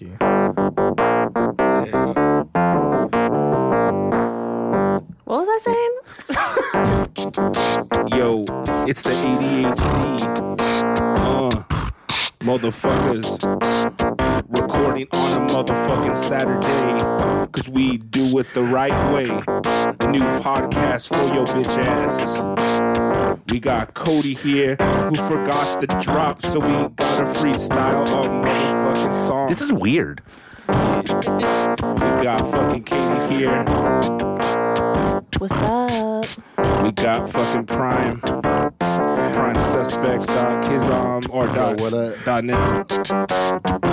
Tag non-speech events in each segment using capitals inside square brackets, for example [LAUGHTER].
you. Yeah. What was I saying? Yo, it's the ADHD. Uh, motherfuckers. Recording on a motherfucking Saturday. Cause we do it the right way. New podcast for your bitch ass. We got Cody here who forgot the drop, so we gotta freestyle a motherfucking song. This is weird. We got fucking Katie here. What's up? We got fucking Prime. Prime suspects. Dot his um or dot what up? dot net.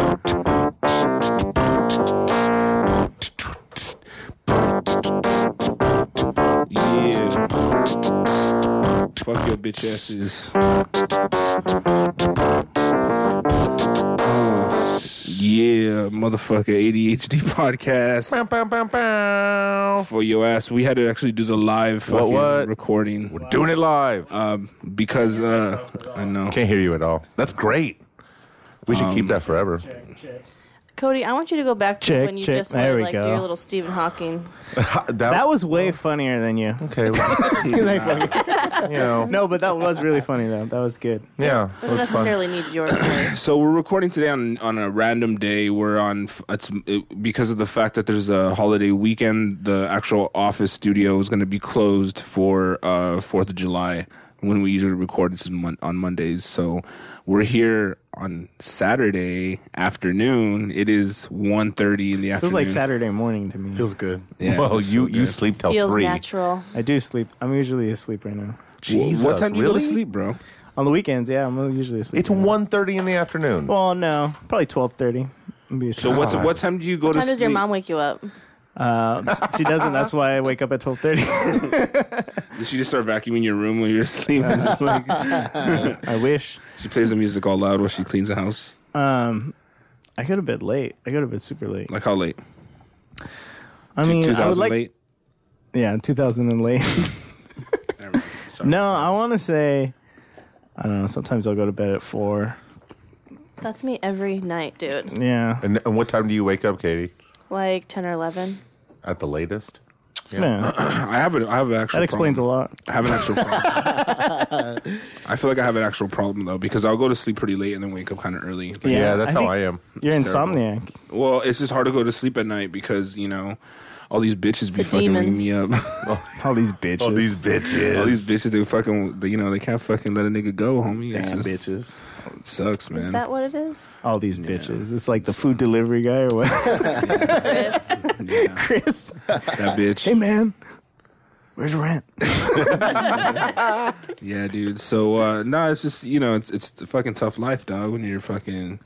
Yeah. Fuck your bitch asses. Uh, Yeah, motherfucker ADHD [LAUGHS] podcast Bow, bow, bow, bow. for your ass. We had to actually do the live What, fucking what? recording We're doing it live. um, because uh, I know. Can't hear you at all. That's great. We should keep that forever. Cody, I want you to go back to Check, when you check. just There were we like go. your little Stephen Hawking. that, That was way funnier than you. [LAUGHS] okay. well, They fucking- you know, no, but that was really funny though. That was good. yeah. it was fun. Don't necessarily need [CLEARS THROAT] your voice. So we're recording today on on a random day. We're on f- it's it, because of the fact that there's a holiday weekend. The actual office studio is going to be closed for uh Fourth of July when we usually record this is mon- on Mondays. So we're here on Saturday afternoon. It is 1.30 in the Feels afternoon. like Saturday morning to me. Feels good. Yeah, Well, it's you so you good. sleep till Feels three. natural. I do sleep. I'm usually asleep right now. Jesus, what time do you really? go to sleep, bro? On the weekends, yeah, I'm usually asleep. It's right now. 1.30 in the afternoon. Well, no, probably twelve thirty. So what's what time do you go to When sleep? does your mom wake you up? Uh, she doesn't. That's why I wake up at twelve thirty. Does she just start vacuuming your room while you're [LAUGHS] asleep? I'm just like, I wish. she plays the music all loud while she cleans the house. Um, I could have been late. I could have been super late. Like how late? I mean, I would like. late. Yeah, two thousand and late. [LAUGHS] Never mind. Sorry. no, I want to say. I don't know. Sometimes I'll go to bed at four. That's me every night, dude. Yeah. and, and what time do you wake up, Katie? Like 10 or 11. At the latest? yeah. I have an I have an actual. That explains a problem. lot. I have an actual. problem. [LAUGHS] I feel like I have an actual problem though because I'll go to sleep pretty late and then wake up kind of early. Like, Yeah, Yeah, that's I how think I am. You're It's terrible. insomniac. Well, it's just hard to go to sleep at night because you know all these bitches be The fucking waking demons. me up. [LAUGHS] All these bitches. All these bitches. all these bitches they fucking they, you know they can't fucking let a nigga go, homie. It's Damn just- bitches. it sucks, man. Is that what [LAUGHS] it is? All these bitches. It's like the food delivery guy or what? Chris? Yeah, [LAUGHS] Chris. that Hey bitch. man. Where's your rent? Yeah, dude. So uh no, it's just you know it's it's a fucking tough life, dog. When you're fucking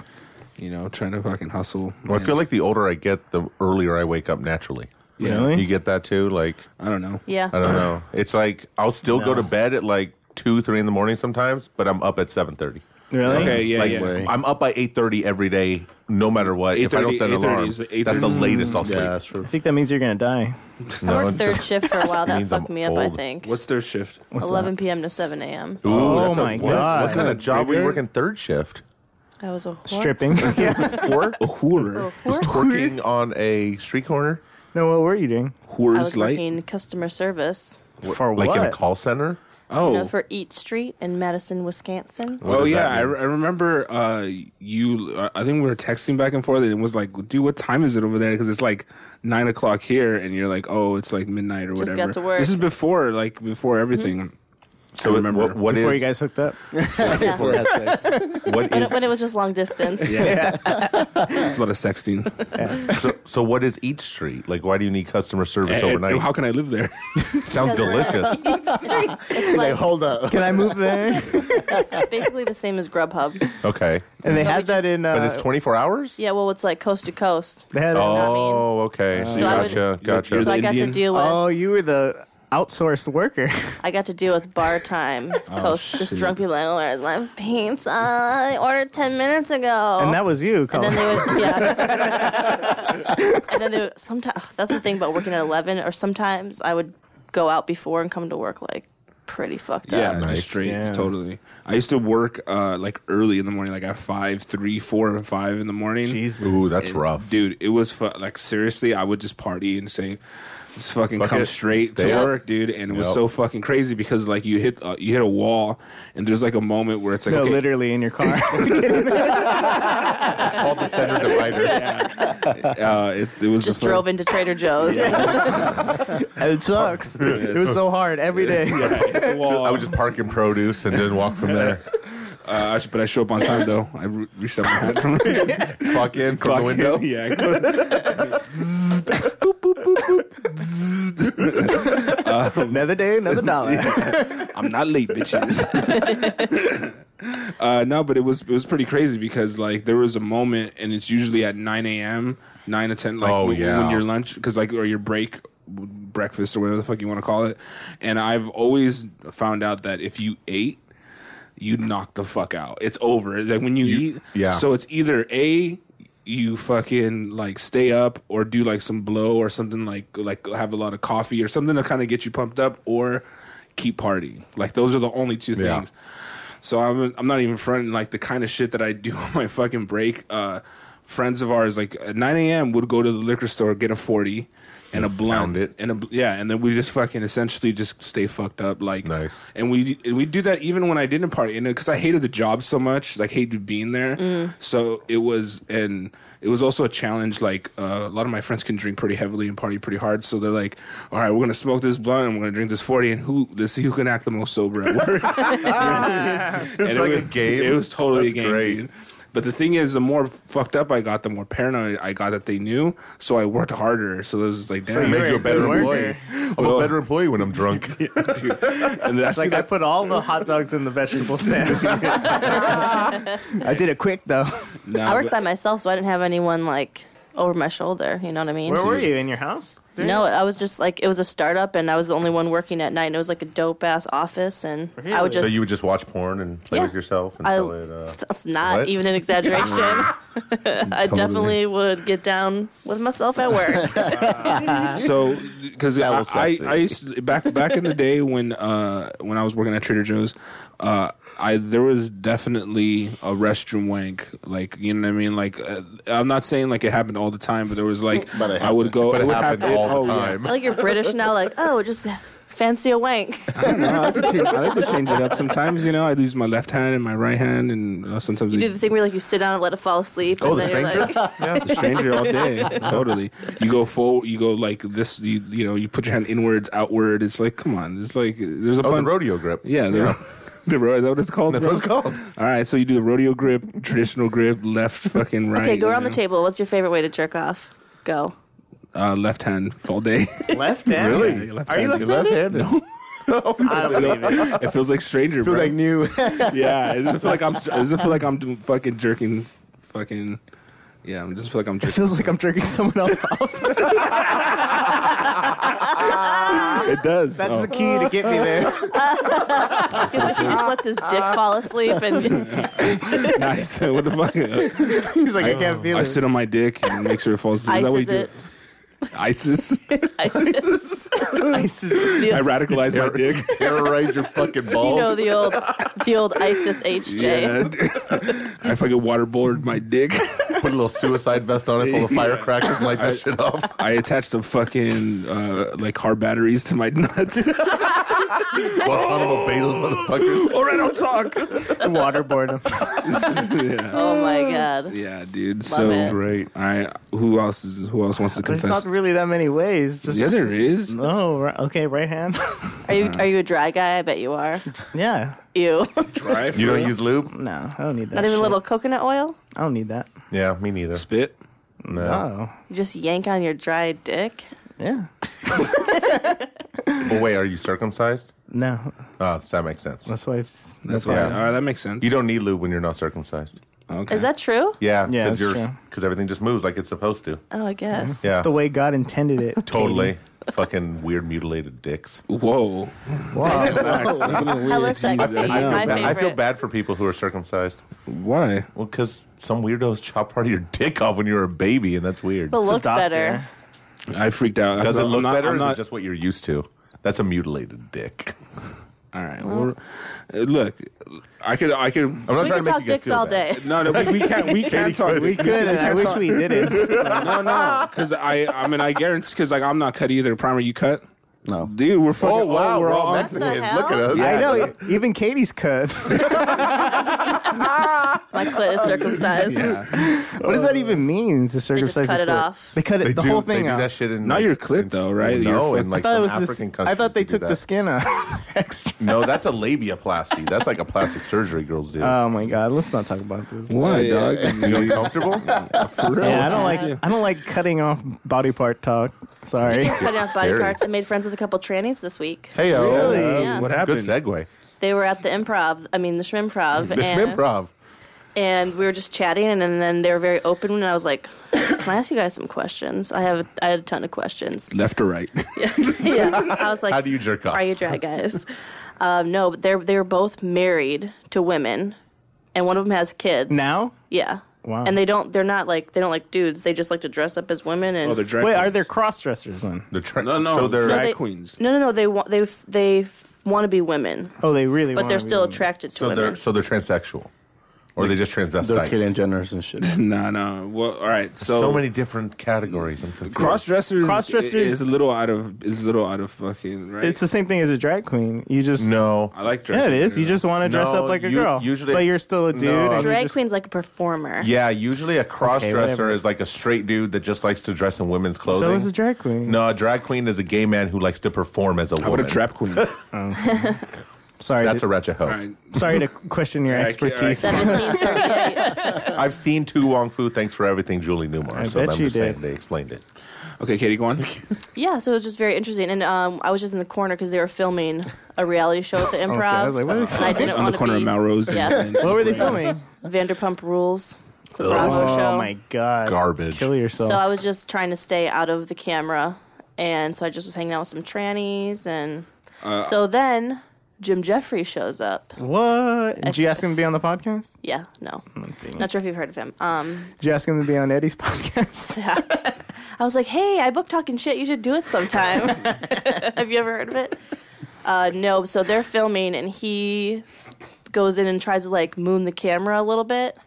you know trying to fucking hustle. Well, I man. feel like the older I get, the earlier I wake up naturally. Yeah. Really? You get that too? Like, I don't know. Yeah. I don't know. It's like I'll still go to bed at like two, three in the morning sometimes, but I'm up at seven thirty. Really? Okay, yeah, like yeah. way. I'm up by eight thirty every day, no matter what. If I don't 8:30 set an 8:30 alarm, is the- that's the 8:30. latest I'll Yeah, sleep. that's true. I think that means you're gonna die. I No, worked it's third just- shift for [LAUGHS] a while. That means fucked I'm me up, I old. think. What's their shift? 11 p.m. to 7 a.m. Ooh, Oh that my sounds- what- God. What kind of job were you Bigger? working third shift? I was a whore. [LAUGHS] Stripping. Or [LAUGHS] A Oh, whore. was twerking on a street corner, no, what were you doing? I Whore's was like. working customer service For like what? in a call center. Oh. you know, for Eat Street in Madison, Wisconsin. What oh does yeah, that I, mean? re- I remember uh, you. Uh, I think we were texting back and forth, and it was like, "Dude, what time is it over there?" Because it's like nine o'clock here, and you're like, "Oh, it's like midnight or Just whatever." got to work. Mm-hmm. This is before, like, before everything. So I remember. what, what Before is you guys hooked up? Before that sex. what When is it, when it was just long [LAUGHS] distance. It's a lot of sexting. so, so what is each street like? Why do you need customer service And- overnight? and Eh, how can I live [LAUGHS] there? sounds delicious. [LAUGHS] It's Like, [LAUGHS] like, hold up. Can I move [LAUGHS] there? it's basically the same as Grubhub. okay, And they had that in. Uh, but it's twenty four hours. Yeah, well, it's like coast to coast. They had it in- I mean- Oh, okay. So you So I would- gotcha, gotcha. So I got to Indian? deal with oh, you were the outsourced worker. [LAUGHS] I got to deal with bar time. Oh, coast, just drunk people like, oh, where's my pizza? I ordered 10 minutes ago. and that was you, Oh. And Colin. then they [LAUGHS] would, yeah. and then they would, sometimes, that's the thing about working at 11, or sometimes I would go out before and come to work like pretty fucked Yeah, up. just Nice. straight, Yeah. totally. I used to work uh, like early in the morning, like at five, three, four, and five in the morning. Jesus. Ooh, that's And, rough. dude. It was fu- like seriously, I would just party and say, just fucking Fuck come it. straight Stay to up. work, dude. And it was Yep. so fucking crazy because like you hit uh, you hit a wall, and there's like a moment where it's like No, okay, literally in [LAUGHS] your car. [LAUGHS] Called the center divider. uh, it, it was Just a fun- [LAUGHS] drove into Trader Joe's. it sucks. it was so hard every day. hit the wall. [LAUGHS] I would just park in produce and then walk from [LAUGHS] there. Uh, I should- but I show up on time though. I re- reached out my hand [LAUGHS] from [LAUGHS] Clock in from the window. Yeah. I could. another day, another [LAUGHS] dollar. I'm not late, bitches. [LAUGHS] uh, no, but it was it was pretty crazy because like there was a moment, and it's usually at 9 a.m., 9 to 10, like Oh, when, yeah. when your lunch, because like or your break, breakfast or whatever the fuck you want to call it. And I've always found out that if you ate. You knock the fuck out. It's over. Like when you, eat, yeah. So it's either a you fucking like stay up or do like some blow or something like like have a lot of coffee or something to kind of get you pumped up or keep partying. Like those are the only two Yeah. things. So I'm I'm not even fronting like the kind of shit that I do [LAUGHS] on my fucking break. Uh, friends of ours like at 9 a.m. would go to the liquor store get a 40 and a blunt Pound it. and a bl- yeah and then we just fucking essentially just stay fucked up like Nice. and we and we do that even when I didn't party, and because I hated the job so much, like hated being there. So it was, and it was also a challenge. Like uh, a lot of my friends can drink pretty heavily and party pretty hard, so they're like, "All right, we're gonna smoke this blunt, and we're gonna drink this forty, and who this who can act the most sober at [LAUGHS] work." [LAUGHS] It's And like it a was- game. It was totally That's a game. great. dude. But the thing is, the more fucked up I got, the more paranoid I got that they knew. So I worked harder. So it was just like, damn, It made you You're a a good better employee. worker. I'm Well- a better employee when I'm [LAUGHS] drunk. dude. And that's It's like I put all the hot dogs in the vegetable stand. [LAUGHS] I did it quick though. Nah, I worked but- by myself, so I didn't have anyone like over my shoulder. You know what I mean? Where were you in your house? dude? No, I was just like it was a startup, and I was the only one working at night, and it was like a dope ass office, and I Really? would just. So you would just watch porn and play Yeah. with yourself I- until it. Uh, [LAUGHS] that's not What? even an exaggeration. [LAUGHS] I definitely would get down with myself [LAUGHS] at work. So, because I, was I, sexy. I used to, back back in the day when uh when I was working at Trader Joe's, uh I there was definitely a restroom wank. Like you know what I mean. Like uh, I'm not saying like it happened all the time, but there was like But it I would go. but it would happened happen- all the oh, yeah. time. I like you're British now, like oh, just fancy a wank. No, I like, to change, I like to change it up sometimes. You know, I lose my left hand and my right hand, and uh, sometimes You I- do the thing where like you sit down and let it fall asleep, Oh, and the then you're stranger? like, the stranger all [LAUGHS] day. Totally. You go forward. You go like this. You you know. You put your hand inwards, outward. It's like come on. It's like there's a oh, the bunch- rodeo grip. Yeah, the, [LAUGHS] the rodeo. Is that what it's called? That's what it's [LAUGHS] called. All right, so you do the rodeo grip, traditional grip, left, fucking right. okay, go you around the know? table. What's your favorite way to jerk off? Go. [LAUGHS] Uh, left hand, all day. Left hand. Yeah, left Are you hand. left-handed? No. I don't believe [LAUGHS] it. It feels like stranger, Feel bro. [LAUGHS] like new. [LAUGHS] yeah, it doesn't feel like I'm. It doesn't feel like I'm doing fucking jerking, fucking. Yeah, I just feel like I'm It jerking. feels like I'm jerking someone else [LAUGHS] off. It does. That's Oh. the key to get me there. [LAUGHS] I feel like he just lets his dick fall asleep, [LAUGHS] [LAUGHS] and nice. [LAUGHS] what the fuck? Oh. He's like, I, can't feel I it. sit on my dick and make sure it falls. Is that what you ices do? it. [LAUGHS] ISIS. Ices. [LAUGHS] [LAUGHS] Ices. I radicalized my Terror- dick. Terrorize your fucking You balls. know the old, [LAUGHS] the old ISIS HJ. Yeah. [LAUGHS] I fucking waterboarded my [LAUGHS] dick. Put a little suicide vest on it [LAUGHS] full of firecrackers and light that shit off. [LAUGHS] I attached some fucking uh, like car batteries to my [LAUGHS] nuts. Guantanamo Bay, those motherfuckers. [LAUGHS] All right, I'll talk. Waterboard [LAUGHS] yeah. Oh my god. yeah, dude. so it. great. All right, who else is who else wants to There's confess? not really that many ways. Just yeah, there is. No, right, okay, right hand. [LAUGHS] Are you are you a dry guy? I bet you are. yeah. Ew. Try You don't use lube? No, I don't need that. [LAUGHS] Not even a shit. little coconut oil. I don't need that. Yeah, me neither. spit. No. Oh, You just yank on your dry dick. yeah. But wait, are you circumcised? No, Oh, so that makes sense. that's why it's. That's That's why. why. All right, that makes sense. You don't need lube when you're not circumcised. Okay. Is that true? Yeah, Yeah, because that's true. everything just moves like it's supposed to. Oh, I guess. Yeah, It's the way God intended [LAUGHS] it. totally. Fucking weird mutilated dicks. whoa? [LAUGHS] I was like, I feel- I feel [LAUGHS] my Ba- I feel favorite. bad for people who are circumcised. Why? Well, because some weirdos chop part of your dick off when you're a baby, and that's weird. But It's a looks doctor. better. I freaked out. Does it I'm look not- better? I'm or is not- it just what you're used to? That's a mutilated dick. [LAUGHS] All right. Well, uh, look, I could, I could. I'm not We trying to make could talk you guys dicks feel all bad. day. No, no, we, we can't. We can't talk. We Good, and I wish talk. we [LAUGHS] didn't. No, no, because I, I mean, I guarantee. Because like, I'm not cut either. Primer, you cut. No. Dude, we're fucking. [LAUGHS] Oh wow, we're, all [LAUGHS] Mexicans. hell? Look at us. I know. Even [LAUGHS] Katie's cut. My clit is circumcised. What does that even mean? To just circumcise cut the it foot? off. They cut it. They the do, whole they thing do off. that shit in Not like, your clit, in- though, right? Your No, foot. in like I thought it some was this. African countries. I thought they do took the that. skin off. [LAUGHS] Extra. No, that's a labiaplasty. That's like a plastic surgery girls do. Oh my god! Let's not talk about this. Why, dog? you know, comfortable? For real. Yeah, I don't like. I don't like cutting off body part talk. Sorry. Speaking of cutting off body Scary. parts, I made friends with a couple trannies this week. Hey, yo. Uh, Yeah. What Good happened? segue. They were at the improv, I mean the Schmimprov. The and, improv. and we were just chatting and then they were very open and I was like, [COUGHS] Can I ask you guys some questions? I have I had a ton of [LAUGHS] questions. [LAUGHS] Left or [LAUGHS] right? yeah. I was like How do you jerk off? Are you drag guys? [LAUGHS] um, no, but they're they're both married to women and one of them has kids. [LAUGHS] now. Yeah. Wow. And they don't they're not like they don't like dudes. They just like to dress up as women and Oh, they're drag Wait, are queens. there cross dressers then? The tra- No, no, So they're drag they- queens? No, no, no. They want they f- they f- want to be women, Oh, they really. but they're still attracted attractive. to so they're women. so they're transsexual, or are they just They're Caitlyn transvestites? Jenner's and shit. No, no. Well, all right. So, So, many different categories. I'm confused. cross dressers. Cross-dressers- is a little out of is a little out of fucking right. It's the same thing as a drag queen. You just No, I like drag. Yeah, it is. queens. You just want to dress No, up like a you- girl. usually- but you're still a dude. No, and you Drag just- queen's like a performer. Yeah, usually a cross dresser whatever. is like a straight dude that just likes to dress in women's clothing. So is a drag queen. No, a drag queen is a gay man who likes to perform as a What a woman. trap queen. all sorry. That's a to, ratchet hoe. right. sorry to [LAUGHS] question your right, expertise. all [LAUGHS] Seventeen [LAUGHS] thirty-eight. I've seen Tu Wong Fu. Thanks for everything, Julie Newmar. I so bet I'm you just did. saying they explained it. Okay, Katie, [LAUGHS] go on. Yeah, so it was just very interesting, and um, I was just in the corner because they were filming a reality show [LAUGHS] at the Improv. Oh, I was like, what the fuck? and I didn't on the want to corner be of Melrose. and- Yeah. and- What were [LAUGHS] they filming? Vanderpump Rules. It's a Bravo oh show. my god. Garbage. Kill yourself. So I was just trying to stay out of the camera, and so I just was hanging out with some trannies, and so then Jim Jeffries shows up. what? Did you ask him to be on the podcast? Yeah, no, not sure if you've heard of him. Um, Did you ask him to be on Eddie's [LAUGHS] podcast? [LAUGHS] I was like, hey, I book talking shit. You should do it sometime. [LAUGHS] Have you ever heard of it? Uh, no. So they're filming, and he goes in and tries to like moon the camera a little bit,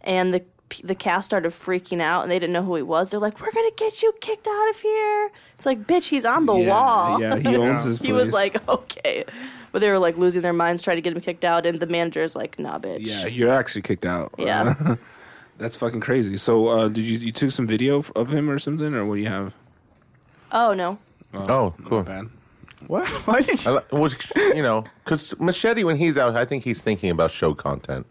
and the the cast started freaking out, and they didn't know who he was. They're like, we're gonna get you kicked out of here. It's like, bitch, he's on the wall. Yeah, he [LAUGHS] owns his place. [LAUGHS] He was like, okay. But they were like losing their minds trying to get him kicked out, and the manager's like, nah, bitch. yeah, you're actually kicked out. Yeah. [LAUGHS] That's fucking crazy. So, uh, did you you took some video f- of him or something, or what do you have? Oh no. Oh, cool. Bad. [LAUGHS] what? Why did I you? li- well, you know, because Machete, when he's out, I think he's thinking about show content.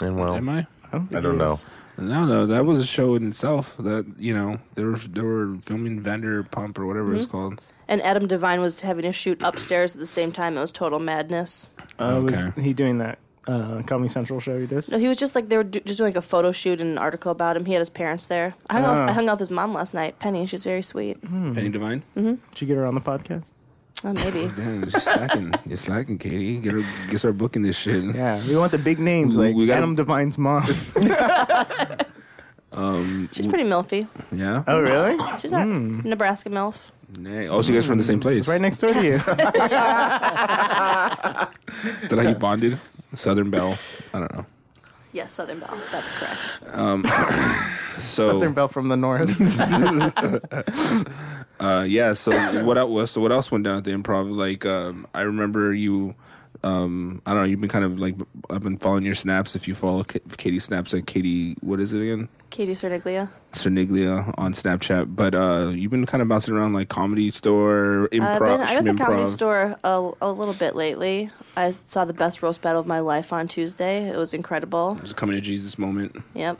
And well, Am I? I don't know. No, no, that was a show in itself. That you know, they were they were filming Vanderpump or whatever it's called. And Adam Devine was having a shoot upstairs at the same time. It was total madness. Uh, was Okay. he doing that uh, Comedy Central show he does? No, he was just like they were do- just doing like a photo shoot and an article about him. He had his parents there. I hung, out, I hung out with his mom last night, Penny. She's very sweet. Hmm. Penny Divine. Did you get her on the podcast? Oh, maybe. Damn, you're slacking. You're slacking, Katie. Get her, get her booking this shit. Yeah, we want the big names We- like we gotta- Adam Devine's mom. She's pretty milfy. Yeah. [LAUGHS] oh, [LAUGHS] really? She's not Nebraska milf. Nay. Oh, so you guys from the same place? Hmm. Right next door [LAUGHS] to you. Is that how [LAUGHS] you bonded? Southern Belle. I don't know. Yes, Southern Belle. That's correct. So Southern Belle from the [LAUGHS] north. Uh, yeah. So what else? was- So what else went down at the improv? Like, um, I remember you. Um, I don't know. You've been kind of like I've been following your snaps. If you follow K- Katie snaps at Katie, what is it again? Katie Cerniglia. Cerniglia on Snapchat. But uh, you've been kind of bouncing around like comedy store, I've improv, Uh, been, I've been at the comedy schmimprov. store a, a little bit lately. I saw the best roast battle of my life on Tuesday. It was incredible. Just coming to Jesus moment. Yep.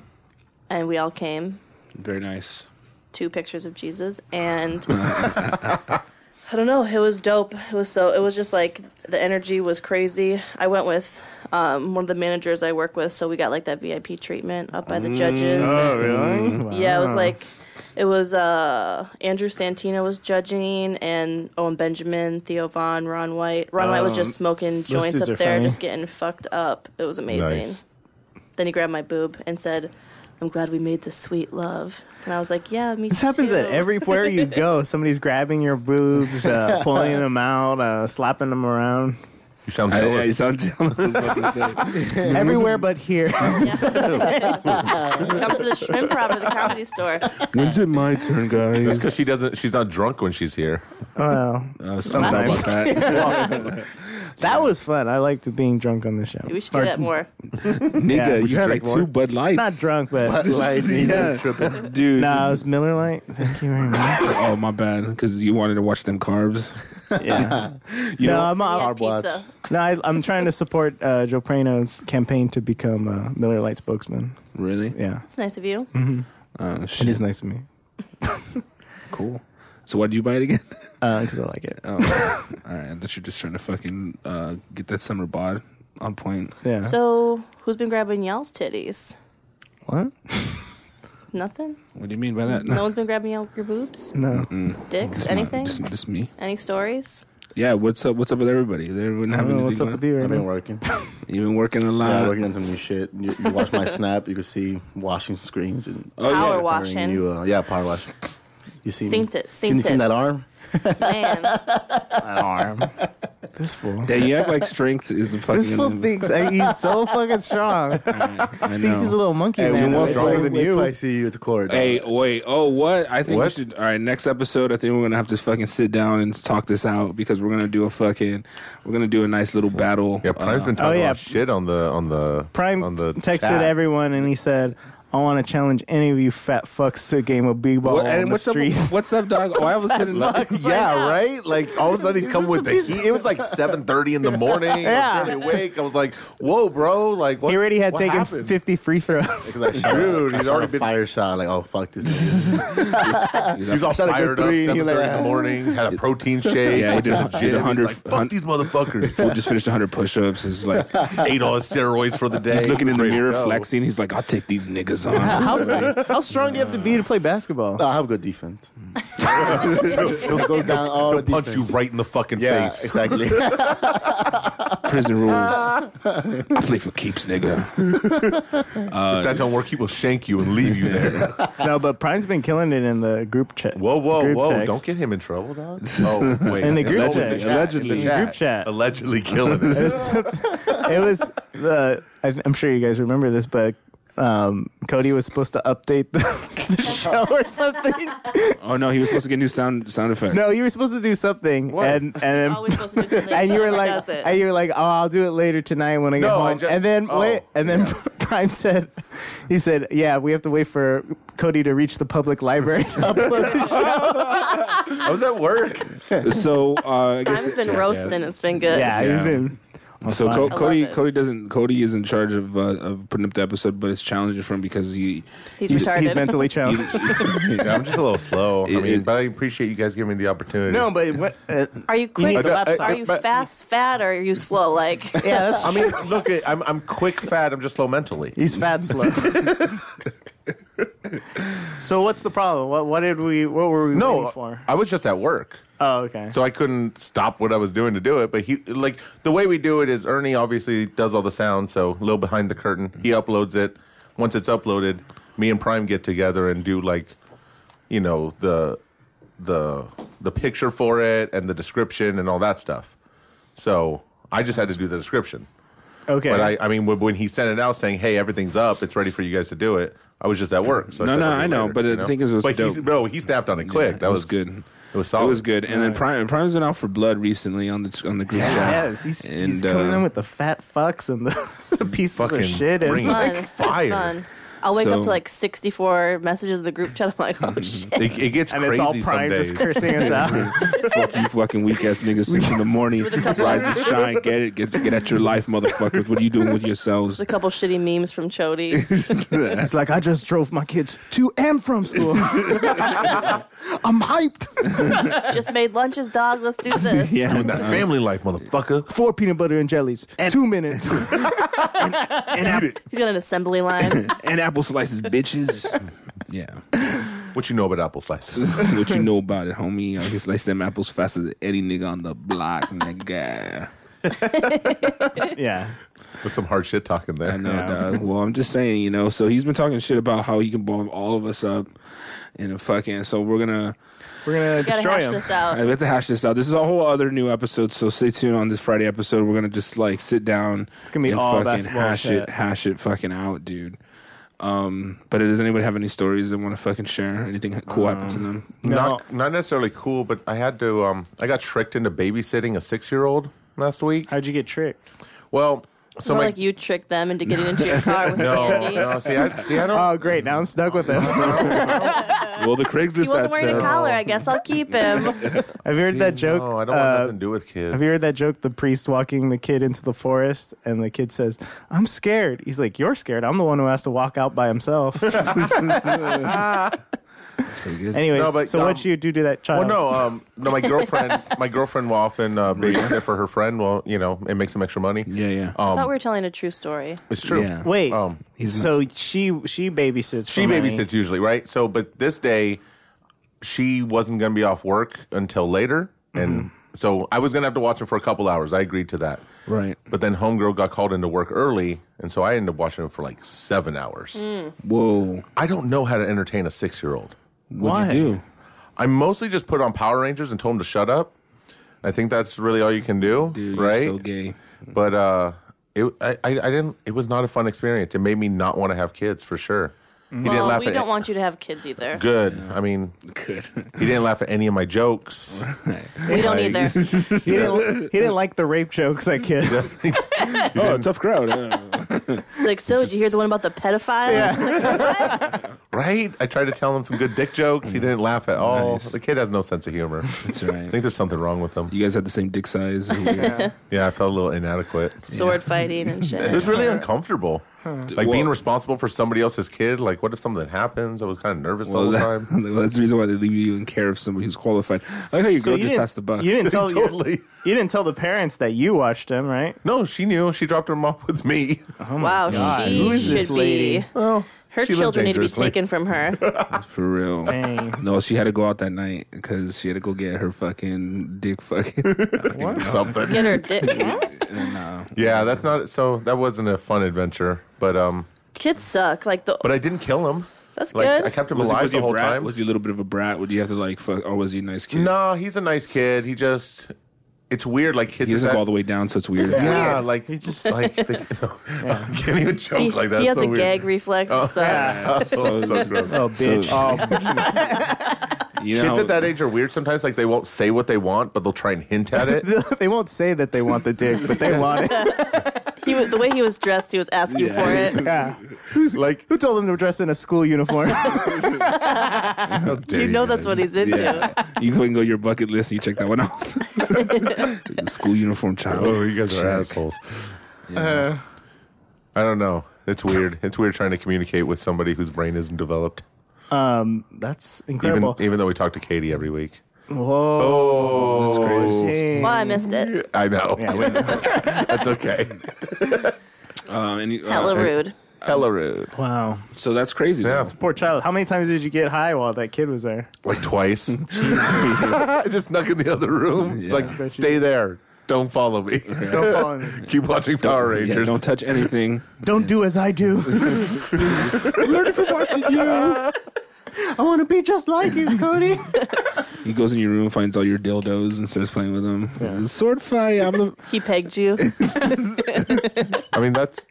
And we all came. Very nice. two pictures of Jesus and I don't know, it was dope. It was so it was just like the energy was crazy. I went with um, one of the managers I work with, so we got like that VIP treatment up by the judges. Mm, Oh, really? Mm. Yeah, Oh. it was like it was uh Andrew Santino was judging and Owen Benjamin, Theo Vaughn, Ron White. Ron White was just smoking joints Oh. dudes up are there, funny. just getting fucked up. It was amazing. Nice. Then he grabbed my boob and said, I'm glad we made the sweet love. And I was like, Yeah, me This happens at everywhere you [LAUGHS] go. Somebody's grabbing your boobs, uh, pulling them out, uh, slapping them around. You sound I, I jealous. sound jealous. Is what to say. [LAUGHS] Everywhere but [LAUGHS] here. Come to the shrimp prop at the [LAUGHS] comedy store. When's it my turn, That's guys? because she doesn't. She's not drunk when she's here. oh, Uh, sometimes about that. that was fun. I liked being drunk on the show. We should do Or that more. Nigga, Yeah, we you should had like drink two more. Bud Lights. Not drunk, but Like, you know, [LAUGHS] Yeah. tripping. dude. [LAUGHS] no, it was Miller Lite. Thank you very much. Oh my bad, because you wanted to watch them carbs. [LAUGHS] Yeah. You no, know, I'm, We i had Hard watch. pizza. no, I, I'm trying to support uh, Joe Prano's campaign to become uh, Miller Lite spokesman. really? Yeah, It's nice of you. Mm-hmm. Uh, shit. it is nice of me cool. So why did you buy it again? [LAUGHS] because Uh, I like it. Oh, all right. I thought you're just trying to fucking uh, get that summer bod on point. Yeah. So, who's been grabbing y'all's titties? what? Nothing? What do you mean by that? [LAUGHS] No one's been grabbing y'all your boobs? No. Dicks? Anything? Just, just me. Any stories? Yeah. What's up? What's up with everybody? Is everyone I having don't know anything? what's going up with you I've right been now. working. on? You've been working a lot. Yeah, working on some new shit. You, you watch my snap, you can see washing screens and Oh, Power yeah. washing. You, uh, yeah, power washing. You seen, Seen it, seen seen, you seen it. that arm? Man. [LAUGHS] This fool. Damn, you act like strength is the fucking. [LAUGHS] This fool thinks I, he's so fucking [LAUGHS] strong. I Thinks he's a know. little monkey Hey, man. wait, want wait, stronger wait, than wait you? till I see you at the corridor. Hey, wait. Oh, what? I think What? we should. All right, next episode, I think we're gonna have to fucking sit down and talk this out because we're gonna do a fucking, we're gonna do a nice little battle. Yeah, Prime's Uh, been talking oh, yeah. about shit on the on the Prime on the texted chat. [LAUGHS] everyone and he said, "I want to challenge any of you fat fucks to a game of big ball What, on and the what's up? street." [LAUGHS] What's up, dog? Oh, I was sitting. Yeah, right. Like all of a sudden he's coming with the heat. It was like seven thirty in the morning. Yeah. I was [LAUGHS] barely awake. I was like, "Whoa, bro!" Like what, he already had what taken happened? 50 free [LAUGHS] throws. Dude, Dude, he's he's already already a been- fire shot. Like, oh fuck this. He's all Shot a good fired up. three, Seven and he like- thirty in the morning. [LAUGHS] Had a protein shake. Yeah, he went to did- the he did gym. He's 100 like, "Fuck these [LAUGHS] motherfuckers!" We just finished 100 push-ups. It's like [LAUGHS] Ate all his steroids for the day. he's looking in the Ready to mirror, go. flexing. He's like, "I'll take these niggas on." how, how strong do you have to be to play basketball? No, I have good defense. He'll go down all the Punch defense. you right in the fucking Yeah, face. [LAUGHS] exactly. Prison [LAUGHS] rules. I play for keeps, nigga. if that don't work, he will shank you and leave you there. [LAUGHS] no, but Prime's been killing it in the group chat. Whoa, whoa, group whoa! text. Don't get him in trouble, dog. Oh wait, In the group Allegedly- chat. allegedly, In the group chat. allegedly killing us. it was the. I, I'm sure you guys remember this, but um, Cody was supposed to update the, [LAUGHS] the show or something. Oh no, he was supposed to get new sound sound effects. No, you were supposed to do something, and and Always supposed to do something. [LAUGHS] and you were Never like, does it. and you were like, oh, I'll do it later tonight when I get No, I home. ju- and then oh, wait, and then yeah. [LAUGHS] Prime said, he said, yeah, we have to wait for Cody to reach the [LAUGHS] public library to upload the show. I was at work. So uh, I guess Time's been roasting. It's been good. Yeah, he's Yeah. been. So I Co- love Cody, it. Cody doesn't. Cody is in charge of uh, of putting up the episode, but it's challenging for him because he. He's, He's, retarded. he's [LAUGHS] mentally challenged. Yeah, [LAUGHS] I'm just a little slow. I It- mean, it- but I appreciate you guys giving me the opportunity. no, but what, uh, Are you quick? need the laptop. are you But- fast, fat, or are you slow? Like, yeah, that's I mean, look, [LAUGHS] I'm I'm quick, fat. I'm just slow mentally. He's fat [LAUGHS] slow. so what's the problem? What what did we what were we waiting No, for? I was just at work, Oh, okay. so I couldn't stop what I was doing to do it. But he, like, the way we do it is Ernie obviously does all the sound, so a little behind the curtain. He uploads it. Once it's uploaded, me and Prime get together and do like, you know, the the the picture for it and the description and all that stuff. So I just had to do the description. okay. But I, I mean, when- when he sent it out saying, "Hey, everything's up, it's ready for you guys to do it," I was just at work. So No, I said, no, "I'll do I it know, later," but the thing is, it was but he's, dope. bro, he snapped on it quick. that it was, good. It was solid. It was good. And then Prime Prime's been out for blood recently on the on the group chat. yes, he's, he's And, coming uh, in with the fat fucks and the, [LAUGHS] the pieces Fucking of shit. And bring it. fun. Like It's fire. fun. I'll wake up So- to like 64 messages in the group chat. [LAUGHS] I'm like, oh shit. It, it gets [LAUGHS] and crazy it's all some Prime days. just cursing us out. [LAUGHS] Fuck you, fucking weak ass niggas. Six in the morning, rise and shine. Get it, get get at your life, motherfuckers. What are you doing with yourselves? [LAUGHS] A couple shitty memes from Chody. it's like I just drove my kids to and from school. [LAUGHS] I'm hyped. Just made lunches, dog. Let's do this. [LAUGHS] Yeah, Doing that family life, motherfucker. Four peanut butter and jellies. [LAUGHS] Two minutes. [LAUGHS] and, apple, He's got an assembly line. and apple slices, bitches. Yeah, What you know about [LAUGHS] apple slices? what you know about it, homie? I can slice them apples faster than any nigga on the block, nigga. yeah. There's some hard shit talking there. I know, dog. Well, I'm just saying, you know. So he's been talking shit about how he can blow all of us up in a fucking. So we're gonna. We're gonna Gotta destroy hash him. this out. I have to hash this out. This is a whole other new episode, so stay tuned on this Friday episode. We're gonna just like sit down. It's gonna be all basketball hash shit. it, hash it, fucking out, dude. Um, but does anybody have any stories they want to fucking share? Anything cool happened to Um, them? [LAUGHS] Not not necessarily cool, but I had to. Um, I got tricked into babysitting a six year old last week. How'd you get tricked? Well, so More my like you tricked them into getting into your car with [LAUGHS] no, candy. no. See, I see. I don't. Oh, great! Now I'm stuck with [LAUGHS] him. Well, the Craigslist He wasn't ad wearing said- a collar. I guess I'll keep him. Have you heard that joke? No, I don't uh, want nothing to do with kids. Have you heard that joke? The priest walking the kid into the forest, and the kid says, "I'm scared." He's like, "You're scared. I'm the one who has to walk out by [LAUGHS] himself." pretty good. Anyways, No, but, so um, what you do to that child? Well, no, um, no. My girlfriend, [LAUGHS] my girlfriend will often uh, babysit for her friend. Well, you know, it makes some extra money. Um, Yeah, yeah. I thought we were telling a true story. It's true. Yeah. Wait. Um, Oh, he's- so she she babysits. She babysits usually, right? So, but this day, she wasn't going to be off work until later, Mm-hmm. and so I was going to have to watch him for a couple hours. I agreed to that. Right. But then homegirl got called into work early, and so I ended up watching him for like seven hours. Mm. Whoa. I don't know how to entertain a six-year-old. What'd you do? I mostly just put on Power Rangers and told him to shut up. I think that's really all you can do, Dude, right? You're so gay. But uh, it, I, I I didn't. It was not a fun experience. It made me not want to have kids for sure. He didn't Well, laugh we at don't want you to have kids either. good. I mean, Good. he didn't laugh at any of my jokes. We don't either. He didn't, he didn't like the rape jokes. That kid. [LAUGHS] oh, tough crowd. huh? It's like, so did you hear the one about the pedophile? Right? I tried to tell him some good dick jokes. He didn't laugh at all. The kid has no sense of humor. I [LAUGHS] That's right. think there's something wrong with him. you guys had the same dick [LAUGHS] size. Yeah, I felt a little inadequate. [LAUGHS] Sword fighting and It shit. was really uncomfortable. Like Well- being responsible for somebody else's kid. Like, what if something happens? I was kind of nervous Well, the that- whole [LAUGHS] time. that's the reason why they leave you in care of somebody who's qualified. I like how your So girl you just didn't. passed the buck. You didn't tell Totally. You didn't tell the parents that you watched him, right? No, she knew. She dropped her mom with me. wow, Who she is this should lady? be. Her she lives children need to be dangerously. [LAUGHS] taken from her. For real. Dang. No, she had to go out that night because she had to go get her fucking dick [LAUGHS] fucking. Something. Get her dick. Yeah, that's not so. That wasn't a fun adventure, but um, Kids suck. Like the but I didn't kill him. that's Like good. I kept him was, he, alive was he the a whole brat? time. Was he a little bit of a brat? Would you have to like fuck? Or was he a nice kid? No, he's a nice kid. He just, it's weird. Like kids, He doesn't that- go all the way down, so it's weird. is- Yeah, Weird. like he's just like [LAUGHS] they, no, [LAUGHS] I can't even joke he, like that. he has It's so a weird. gag reflex. It sucks. Oh, so [LAUGHS] gross. Oh, bitch. So- You know Kids how- at that age are weird sometimes. Like they won't say what they want, but they'll try and hint [LAUGHS] at it. [LAUGHS] they won't say that they want the dick, but they want [LAUGHS] it. He was the way he was dressed. He was asking Yeah. for [LAUGHS] it. Yeah. Who's like? Who told them to dress in a school [LAUGHS] uniform? How dare You know that's what he's into. Yeah. you go and go to your bucket list and you check that one off. [LAUGHS] School uniform child. Oh, you guys Check. are assholes. I don't know. It's weird. It's weird trying to communicate with somebody whose brain isn't developed. um, that's Even incredible. even though we talk to Katie every week. Whoa. Oh, Dang. Well, I missed it. I know. [LAUGHS] That's okay. Uh, any- uh, Hella and- rude. Hella rude. Wow. So that's crazy. Yeah, though. Poor child. How many times did you get high while that kid was there? like [LAUGHS] twice. [LAUGHS] I just snuck in the other room. Yeah. Like, stay there. Don't follow me. [LAUGHS] Don't follow me. [LAUGHS] Keep watching Power Yeah, Rangers. don't touch [LAUGHS] anything. Don't do as I do. Learn from watching [LAUGHS] you. I want to be just like you, Cody. He goes in your room, finds all your dildos, and starts playing with them. Sword fight. I'm the, He pegged you. I mean, that's.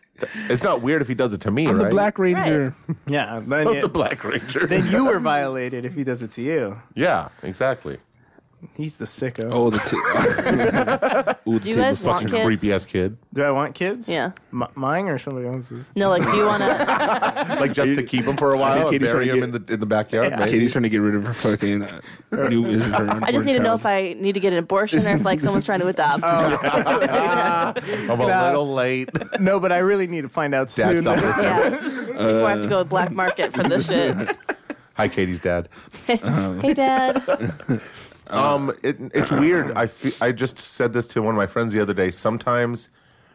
It's not weird if he does it to me, I'm right? the Black Ranger. [LAUGHS] yeah. Then, I'm you- the [LAUGHS] Black Ranger. then you were violated if he does it to you. [LAUGHS] yeah, exactly. He's the sicko. Oh, the t- [LAUGHS] Ooh, the Do you table's guys want fucking- kids? Creepy ass kid. Do I want kids? Yeah. M- mine or somebody else's? No, like, do you want to? Like just to keep him for a while and Katie's bury trying him to in the in the backyard. maybe. Katie's trying to get rid of her fucking uh, new. Her I just need to know if I need to get an abortion or if like someone's trying to adopt. Oh. I'm a No. [LAUGHS] little late. [LAUGHS] No, but I really need to find out Dad, soon. stop listening. Yeah. Before I have to go to black market for this shit. Hi, Katie's dad. [LAUGHS] Hey, Dad. Um, it, it's weird. I fe- I just said this to one of my friends the other day. Sometimes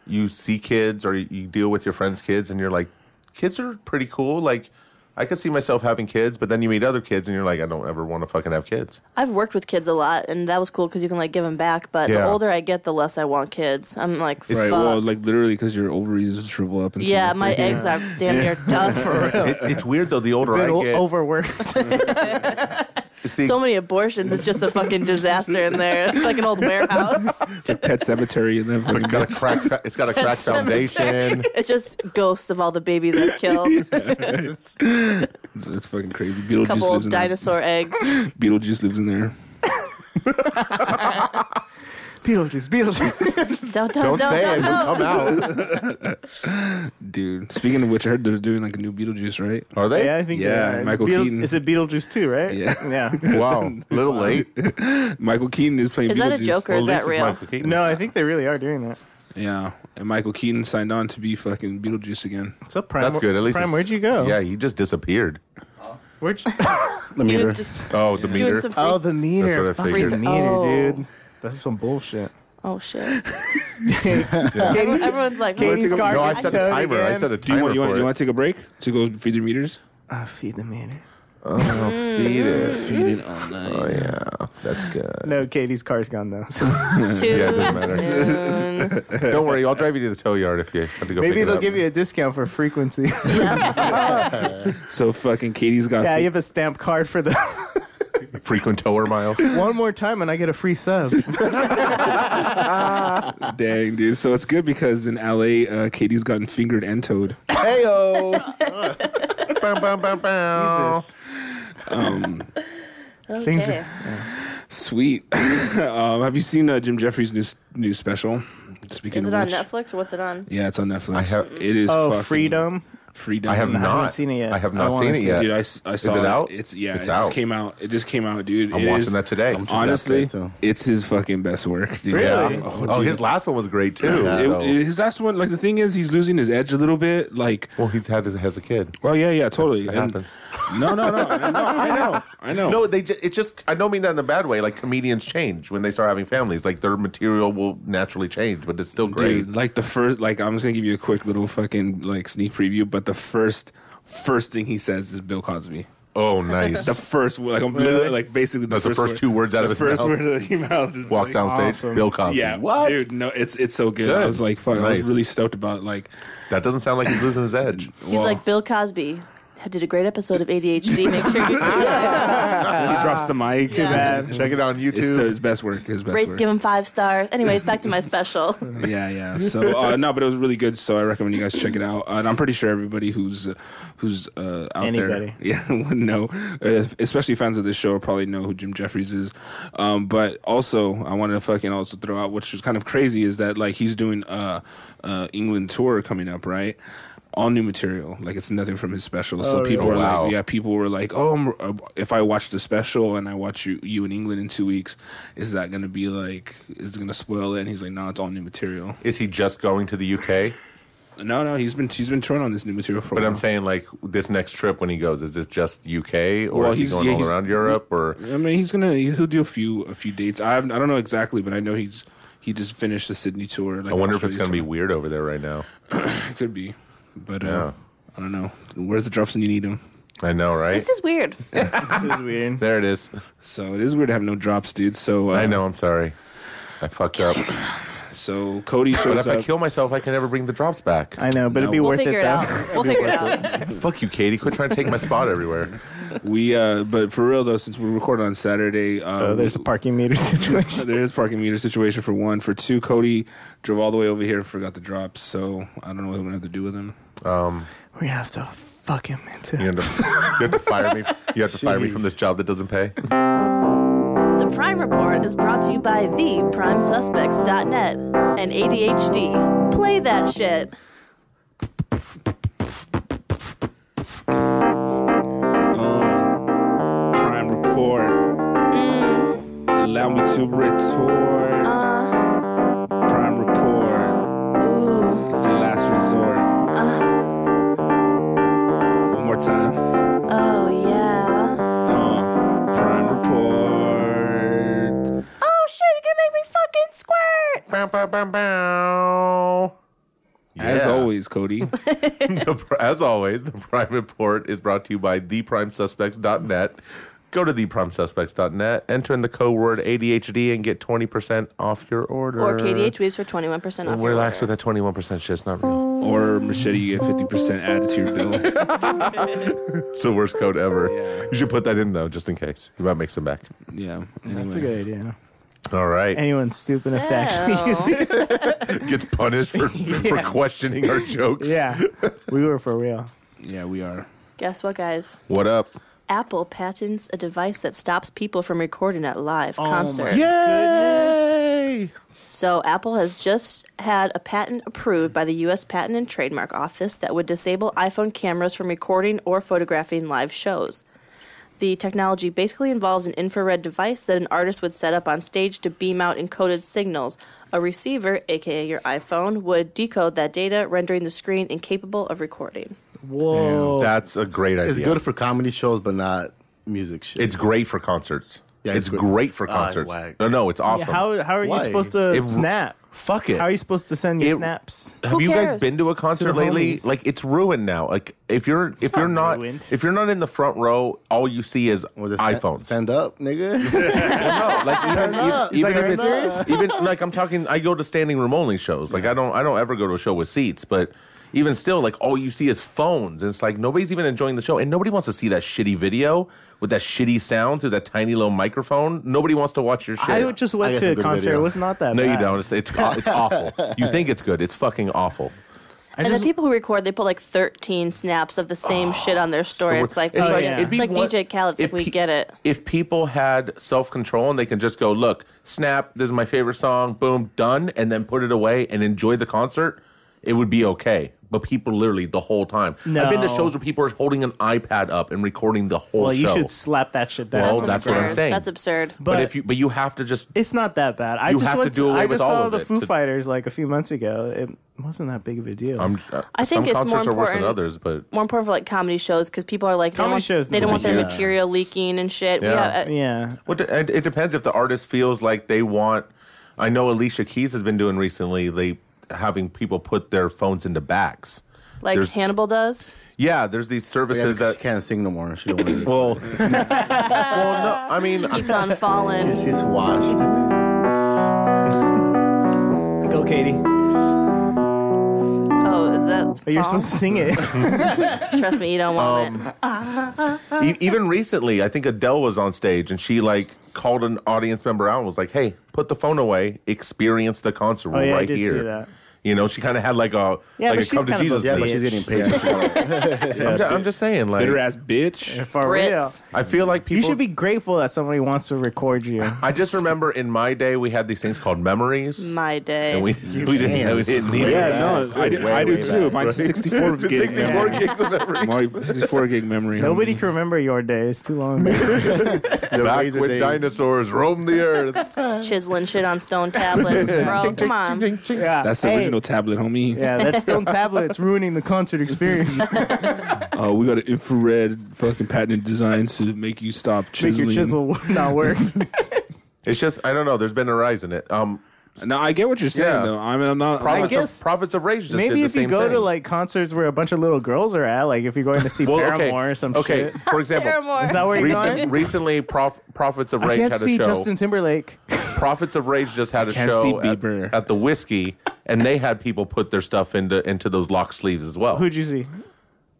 you see kids or you deal with your friends' kids, and you're like, kids are pretty cool. Like I could see myself having kids, but then you meet other kids and you're like, I don't ever want to fucking have kids. I've worked with kids a lot, and that was cool because you can like give them back. But the Yeah. older I get, the less I want kids. I'm like, Right. fuck. Well, like literally because your ovaries just shrivel up. And yeah, shit. my [LAUGHS] eggs are damn near done. It, it's weird though. The older I Been o- get, overworked. it's the, so many abortions. It's just a fucking disaster in there. It's like an old warehouse. It's a pet cemetery [LAUGHS] and then it's got a crack. fa- It's got a crack foundation. It's just ghosts of all the babies I've killed. A it's, it's fucking crazy. Beetlejuice couple lives of in dinosaur eggs. there. Beetlejuice lives in there. Beetlejuice, Beetlejuice. Don't, [LAUGHS] Don't don't, don't, say it. don't, It'll Come out. Dude, speaking of which, I heard they're doing like a new Beetlejuice, right? Are they? yeah, I think they Yeah, are. Michael Beetle- Keaton. Is it Beetlejuice too? Right? Yeah. [LAUGHS] Yeah. Wow. A little late. Michael Keaton is playing. Is that a Beetlejuice. joke or is Well, at least it's that real? Michael Keaton. No, I think they really are doing that. Yeah, and Michael Keaton signed on to be fucking Beetlejuice again. What's up, Prime? That's good. At least Prime, it's- where'd you go? Yeah, he just disappeared. Where'd [LAUGHS] you- The He meter. was just Oh, the doing meter. some. Free- oh, the meter. That's what I Fuck figured. the meter, Oh. dude. That's some bullshit. oh [LAUGHS] shit. [LAUGHS] Everyone- Everyone's like, Katie's "Huh?" garbage. no, I set a Tone timer. I again. set a Do you timer want you want for you it. want to take a break to go feed your meters? Ah, feed the meter. Feed it. Feed it online. Oh yeah, that's [LAUGHS] good. No, Katie's car's [LAUGHS] gone though. So too Yeah, it doesn't [LAUGHS] Don't worry, I'll drive you to the tow yard if you have to go. maybe pick they'll it up. give you a discount [LAUGHS] for frequency. So fucking Katie's got. yeah, you have a stamp card for the [LAUGHS] frequent tower miles. one more time, and I get a free sub. [LAUGHS] Dang, dude. So it's good because in LA, uh, Katie's gotten fingered and towed. Heyo. bam, bam, bam, bam. Jesus. Um, Things Okay. sweet. [LAUGHS] um, have you seen uh, Jim Jeffries' new new special? Speaking Is of it on which- Netflix or what's it on? Yeah, it's on Netflix. I have- it is. Oh, fucking- freedom. Freedom. I have I haven't not seen it yet. I have I not wanna seen it see it. yet. Dude, I, s- I saw it out? It's yeah. It's it just out. came out. It just came out, dude. I'm It watching is- that today. Honestly, too. it's his fucking best work. Dude. Really? Yeah. Yeah. Oh, dude. his last one was great too. Yeah. It- so- it- his last one, like the thing is, he's losing his edge a little bit. Like, well, he's had his, has a kid. well, yeah, yeah, totally. That And- happens. No, no, no, I know, I know, I know. No, they just, it just I don't mean that in a bad way. Like comedians change when they start having families. Like their material will naturally change, but it's still great. Dude, like the first, like I'm just gonna give you a quick little fucking like sneak preview, but the first, first thing he says is Bill Cosby. Oh, nice. The first, word, like I'm literally like basically the That's the first, first word- two words out the of his first mouth. word out of his mouth is Walk like, down stage, awesome. Bill Cosby. Yeah, what? dude? No, it's it's so good. I Good. was like, fuck, I was Nice. really stoked about like. That doesn't sound like he's losing his edge. He's like Bill Cosby. I did a great episode of ADHD. Make sure you he drops the mic. Too bad. Check it out on It's the- YouTube. his best work. His best rate, work. give him five stars. Anyways, back to my special. yeah, yeah. So uh, no, but it was really good. So I recommend you guys check it out. Uh, and I'm pretty sure everybody who's who's uh, out Anybody. there, [LAUGHS] yeah, would know. Uh, especially fans of this show probably know who Jim Jeffries is. Um, but also, I wanted to fucking also throw out, which is kind of crazy, is that like he's doing uh, uh England tour coming up, right? All new material, like it's nothing from his special. so people are Oh, Wow. like, yeah, people were like, oh, I'm- uh, if I watch the special and I watch you, you in England in two weeks, is that going to be like, is it going to spoil it? And he's like, no, it's all new material. [LAUGHS] Is he just going to the UK? No, no, he's been he's been touring on this new material for. a But I'm while. saying, like, this next trip when he goes, is this just UK or Well, is he he's- going yeah, all he's- around Europe? Or I mean, he's gonna he'll do a few a few dates. I haven't- I don't know exactly, but I know he's he just finished the Sydney tour. Like I wonder if it's going to Australia be weird over there right now. tour. [LAUGHS] It could be, but uh, Yeah. I don't know. Where's the drops when you need them? I know, right? This is weird. This is [LAUGHS] weird. there it is. So it is weird to have no drops, dude. So uh, I know. I'm sorry. I [LAUGHS] fucked up. So Cody [LAUGHS] But shows if I up. kill myself, I can never bring the drops back. I know, but it'd be We'll worth We'll figure it it though. out. We'll figure it out. Fuck you, Katie. Quit trying to take my [LAUGHS] spot everywhere. We uh, but for real though, since we record on Saturday, um, Oh, there's a parking meter [LAUGHS] situation. there is parking meter situation for one. For two, Cody drove all the way over here, and forgot the drops. So I don't know what I'm gonna have to do with him. We're gonna have to fuck him into. Um, You have to, you have to fire me. You have to fire me from this job that doesn't pay. The Prime Report is brought to you by the theprimesuspects.net and ADHD. Play that shit. Prime report. Allow me to retort. Prime report. Ooh. It's the last resort. One more time. Oh, yeah. Uh, prime report. Oh, shit, you're gonna make me fucking squirt. Bow, bow, bow, bow. As Yeah. always, always, Cody. [LAUGHS] The pri- as always, the Prime Report is brought to you by theprimesuspects.net. Go to theprimesuspects.net, enter in the code word ADHD, and get 20% off your order. Or KDH Weaves for 21% off. your We're lax order. with that 21% shit. It's not real. or machete, you get fifty percent added to your bill. It's the worst code [LAUGHS] ever. Yeah. You should put that in, though, just in case. You might make some back. yeah. That's a Anyway, good idea. All right. Anyone stupid enough to actually use it. [LAUGHS] Gets punished [LAUGHS] for, for questioning our jokes. Yeah. We were for real. yeah, we are. Guess what, guys? What up? Apple patents a device that stops people from recording at live concerts. Yay! So Apple has just had a patent approved by the U.S. Patent and Trademark Office that would disable iPhone cameras from recording or photographing live shows. The technology basically involves an infrared device that an artist would set up on stage to beam out encoded signals. A receiver, aka your iPhone, would decode that data, rendering the screen incapable of recording. Whoa. That's a great idea. It's good for comedy shows, but not music shit. It's great for concerts. Yeah, it's it's great, great. for Ah, it's concerts. whack. no, no, it's awesome. Yeah, how, how are Why? you supposed to It- snap? Fuck it. How are you supposed to send your It- snaps? Have Who you guys cares? been to a concert the lately? homies. Like it's ruined now. Like if you're if not you're not ruined. if you're not in the front row, all you see is Was it sta- iPhones. Stand up, nigga. Well, no, like even, up. even, It's like, even are you if serious? it's, even like I'm talking, I go to standing room only shows. Like I don't I don't ever go to a show with seats, but. Even still, like all you see is phones. And it's like nobody's even enjoying the show, and nobody wants to see that shitty video with that shitty sound through that tiny little microphone. Nobody wants to watch your shit. I just went got to some a good concert. video. It was not that No, bad. you don't. It's, it's aw- [LAUGHS] it's awful. You think it's good. It's fucking awful. I and just, the people who record, they put like 13 snaps of the same shit on their story. But It's like, we're- oh, like, yeah. it'd be it's like one- DJ Khaled. It's if like, we pe- get it. If people had self control and they can just go, look, snap, this is my favorite song, boom, done, and then put it away and enjoy the concert, it would be okay. But people literally the whole time. I've been to No. shows where people are holding an iPad up and recording the whole well, show. you should slap that shit down. Well, Oh, That's that's what I'm absurd. saying. That's absurd. but, but- if you, but you have to just. It's not that bad. I You just have to went do away I with just all saw of the it Foo to- Fighters like a few months ago. It wasn't that big of a deal. I'm, uh, I think some it's more concerts are worse than important- others, but More important for like comedy shows because people are like they Comedy don't want, shows, they don't no. want their Yeah. material leaking and shit. We Yeah. have- uh, yeah. Well, de- it it depends if the artist feels like they want. I know Alicia Keys has been doing recently. They having people put their phones into bags. like There's- Hannibal does. Yeah, there's these Yeah, services because she that. can't sing no more. She don't want to. Well, well, no. I mean, Keeps [LAUGHS] on She's falling. just washed. Go, Katie. Oh, is that? But you're fall? supposed [LAUGHS] to sing [LAUGHS] it. Oh, Trust me, you don't want Um, it. e- even recently, I think Adele was on stage and she like called an audience member out and was like, "Hey, put the phone away. Experience the concert Oh, yeah, I right did see here." that. You know, she kind of had like a Yeah, like but a she's come to kind of a Jesus. Yeah, but thing. she's getting [LAUGHS] paid. I'm, ju- I'm just saying, like, Bitter ass bitch. For real. Brits. I feel like people You should be grateful that somebody wants to [LAUGHS] record you. I just remember in my day we had these things called memories. My day. and [LAUGHS] we, we didn't, we didn't need Yeah, it. Yeah, no, I do, I do way too. back. Mine's 64 gig. 64 memory. gigs of [LAUGHS] memory. My 64 gig memory. Nobody can remember your day. It's too long. ago. Back when dinosaurs roam the earth. Chiseling shit on stone [LAUGHS] tablets, bro. [LAUGHS] Ching, ching, Come on. ching, ching, ching. [LAUGHS] yeah. That's the Hey. original tablet, homie. Yeah, that stone tablet. It's ruining the [LAUGHS] concert experience. Uh, we got an infrared fucking patented design to make you stop Make chiseling. your chisel [LAUGHS] not work. It's just I don't know. There's been a rise in it. Um, No, I get what you're saying Yeah. though. I mean, I'm not. prophets, guess- of, prophets of rage. Just did Maybe the if you same go to thing. like concerts where a bunch of little girls are at, like if you're going to see well, okay, Paramore or some okay. shit. For example, Paramore. Is that where you're Recent, going? recently, prof, prophets of I rage can't had a see show. Justin Timberlake. Prophets of Rage just had a can't see show at, Bieber. at the whiskey, and they had people put their stuff into into those lock sleeves as well. Who'd you see?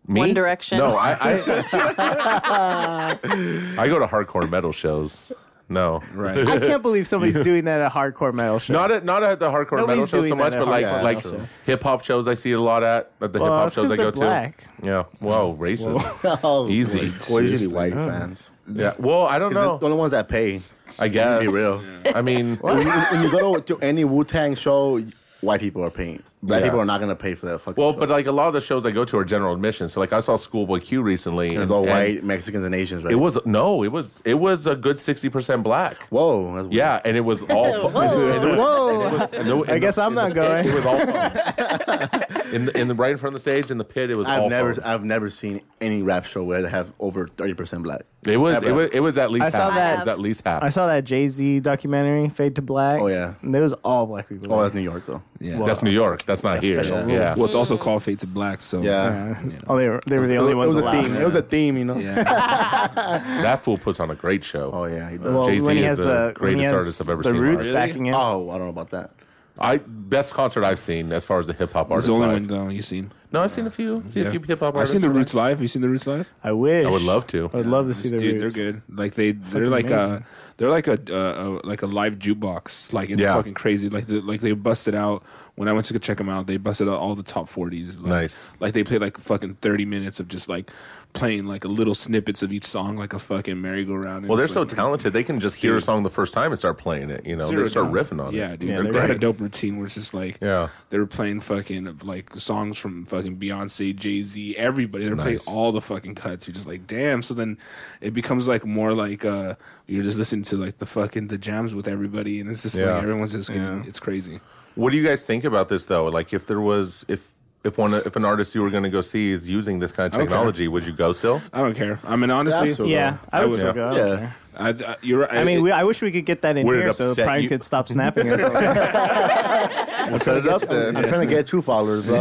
Me? One Direction. No, I I, [LAUGHS] I go to hardcore metal shows. No, Right. [LAUGHS] I can't [LAUGHS] believe somebody's doing that at a hardcore metal show. Not at not at the hardcore metal Nobody's shows doing so that much, at but like hardcore like metal show. hip hop shows. I see it a lot at at the Well, hip hop that's shows 'cause I go they're black. to. Yeah. Whoa, racist. [LAUGHS] Oh, Easy. Well, usually white fans. Yeah. Well, I don't 'Cause know. that's the only ones that pay. I guess. Be real. I mean, When, you, when you go to, to any Wu Tang show, white people are paying. Black Yeah. people are not gonna pay for that fucking. well, show. but like a lot of the shows I go to are general admission. So like I saw Schoolboy Q recently. it's and- all and white Mexicans and Asians, right? It was no, it was it was a good sixty percent black. Whoa, that's weird. Yeah, and it was all. [LAUGHS] [LAUGHS] Whoa! I guess I'm not going. It was all phones. in the, in the right in front of the stage in the pit. It was all I've never, phones. I've never seen any rap show where they have over thirty percent black. It was, Ever. it was it was at least I half. saw that- It was at least half. I saw that Jay Z documentary, Fade to Black. Oh, yeah. and it was all black people. Oh, there. that's New York though. Yeah. That's New York. That's not here. special Yeah. Well, it's also called Fate to Black, so Yeah. Oh, they were, they were the only it was ones a allowed. theme. It was a theme, you know. yeah. that fool puts on a great show. [LAUGHS] Oh yeah, he does. Well, Jay-Z when he is has the the, when greatest he has artist I've ever the seen roots live. backing it. oh, I don't know about that. I best concert I've seen as far as the hip hop It's artist. the only live. one uh, you've seen. No, I've seen a few. Seen Yeah. a few hip hop I've artists. seen the that Roots live. Have you seen the Roots live? I wish. I would love to. I would love to see the Dude, roots. they're good. Like they, they're like amazing. a, they're like a, uh, a like a live jukebox. Like it's Yeah. fucking crazy. Like the, like they busted out when I went to go check them out. They busted out all the top forties. Like, Nice. Like they played like fucking thirty minutes of just like playing like a little snippets of each song, like a fucking merry-go-round. Well, they're It's so like- talented. They can just hear a song the first time and start playing it. You know, Zero they start doubt. riffing on it. Yeah, dude. Yeah, Like, they're they had a great. dope routine where it's just like Yeah. they were playing fucking like songs from fucking Beyonce, Jay Z, everybody. They were playing Nice. all the fucking cuts. You're just like, damn. So then it becomes like more like uh you're just listening to like the fucking the jams with everybody, and it's just Yeah. like everyone's just getting, it's crazy. What do you guys think about this though? Like, if there was, if if one, if an artist you were going to go see is using this kind of Okay. technology, would you go still? I don't care. I mean, honestly, Absolutely. Yeah, I I would would- still go. I don't Yeah. care. I, I, you're right. I mean, we, I wish we could get that in Would it here so upset Prime you? could stop snapping us. We'll set it up then. I'm trying to get two followers, bro.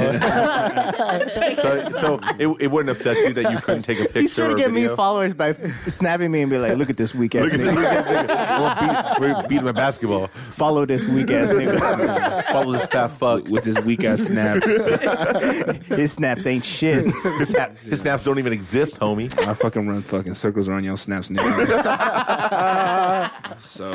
So, so it, it wouldn't upset you that you couldn't [LAUGHS] take a picture. [LAUGHS] He's trying to or get me video? followers by snapping me and be like, "Look at this weak ass nigga. We're beating my [LAUGHS] basketball. Follow this weak ass [LAUGHS] nigga. Follow this fat fuck. with his weak [LAUGHS] ass snaps. His snaps ain't shit." [LAUGHS] His, snap, his snaps don't even exist, homie. I fucking run fucking circles around your snaps now. so,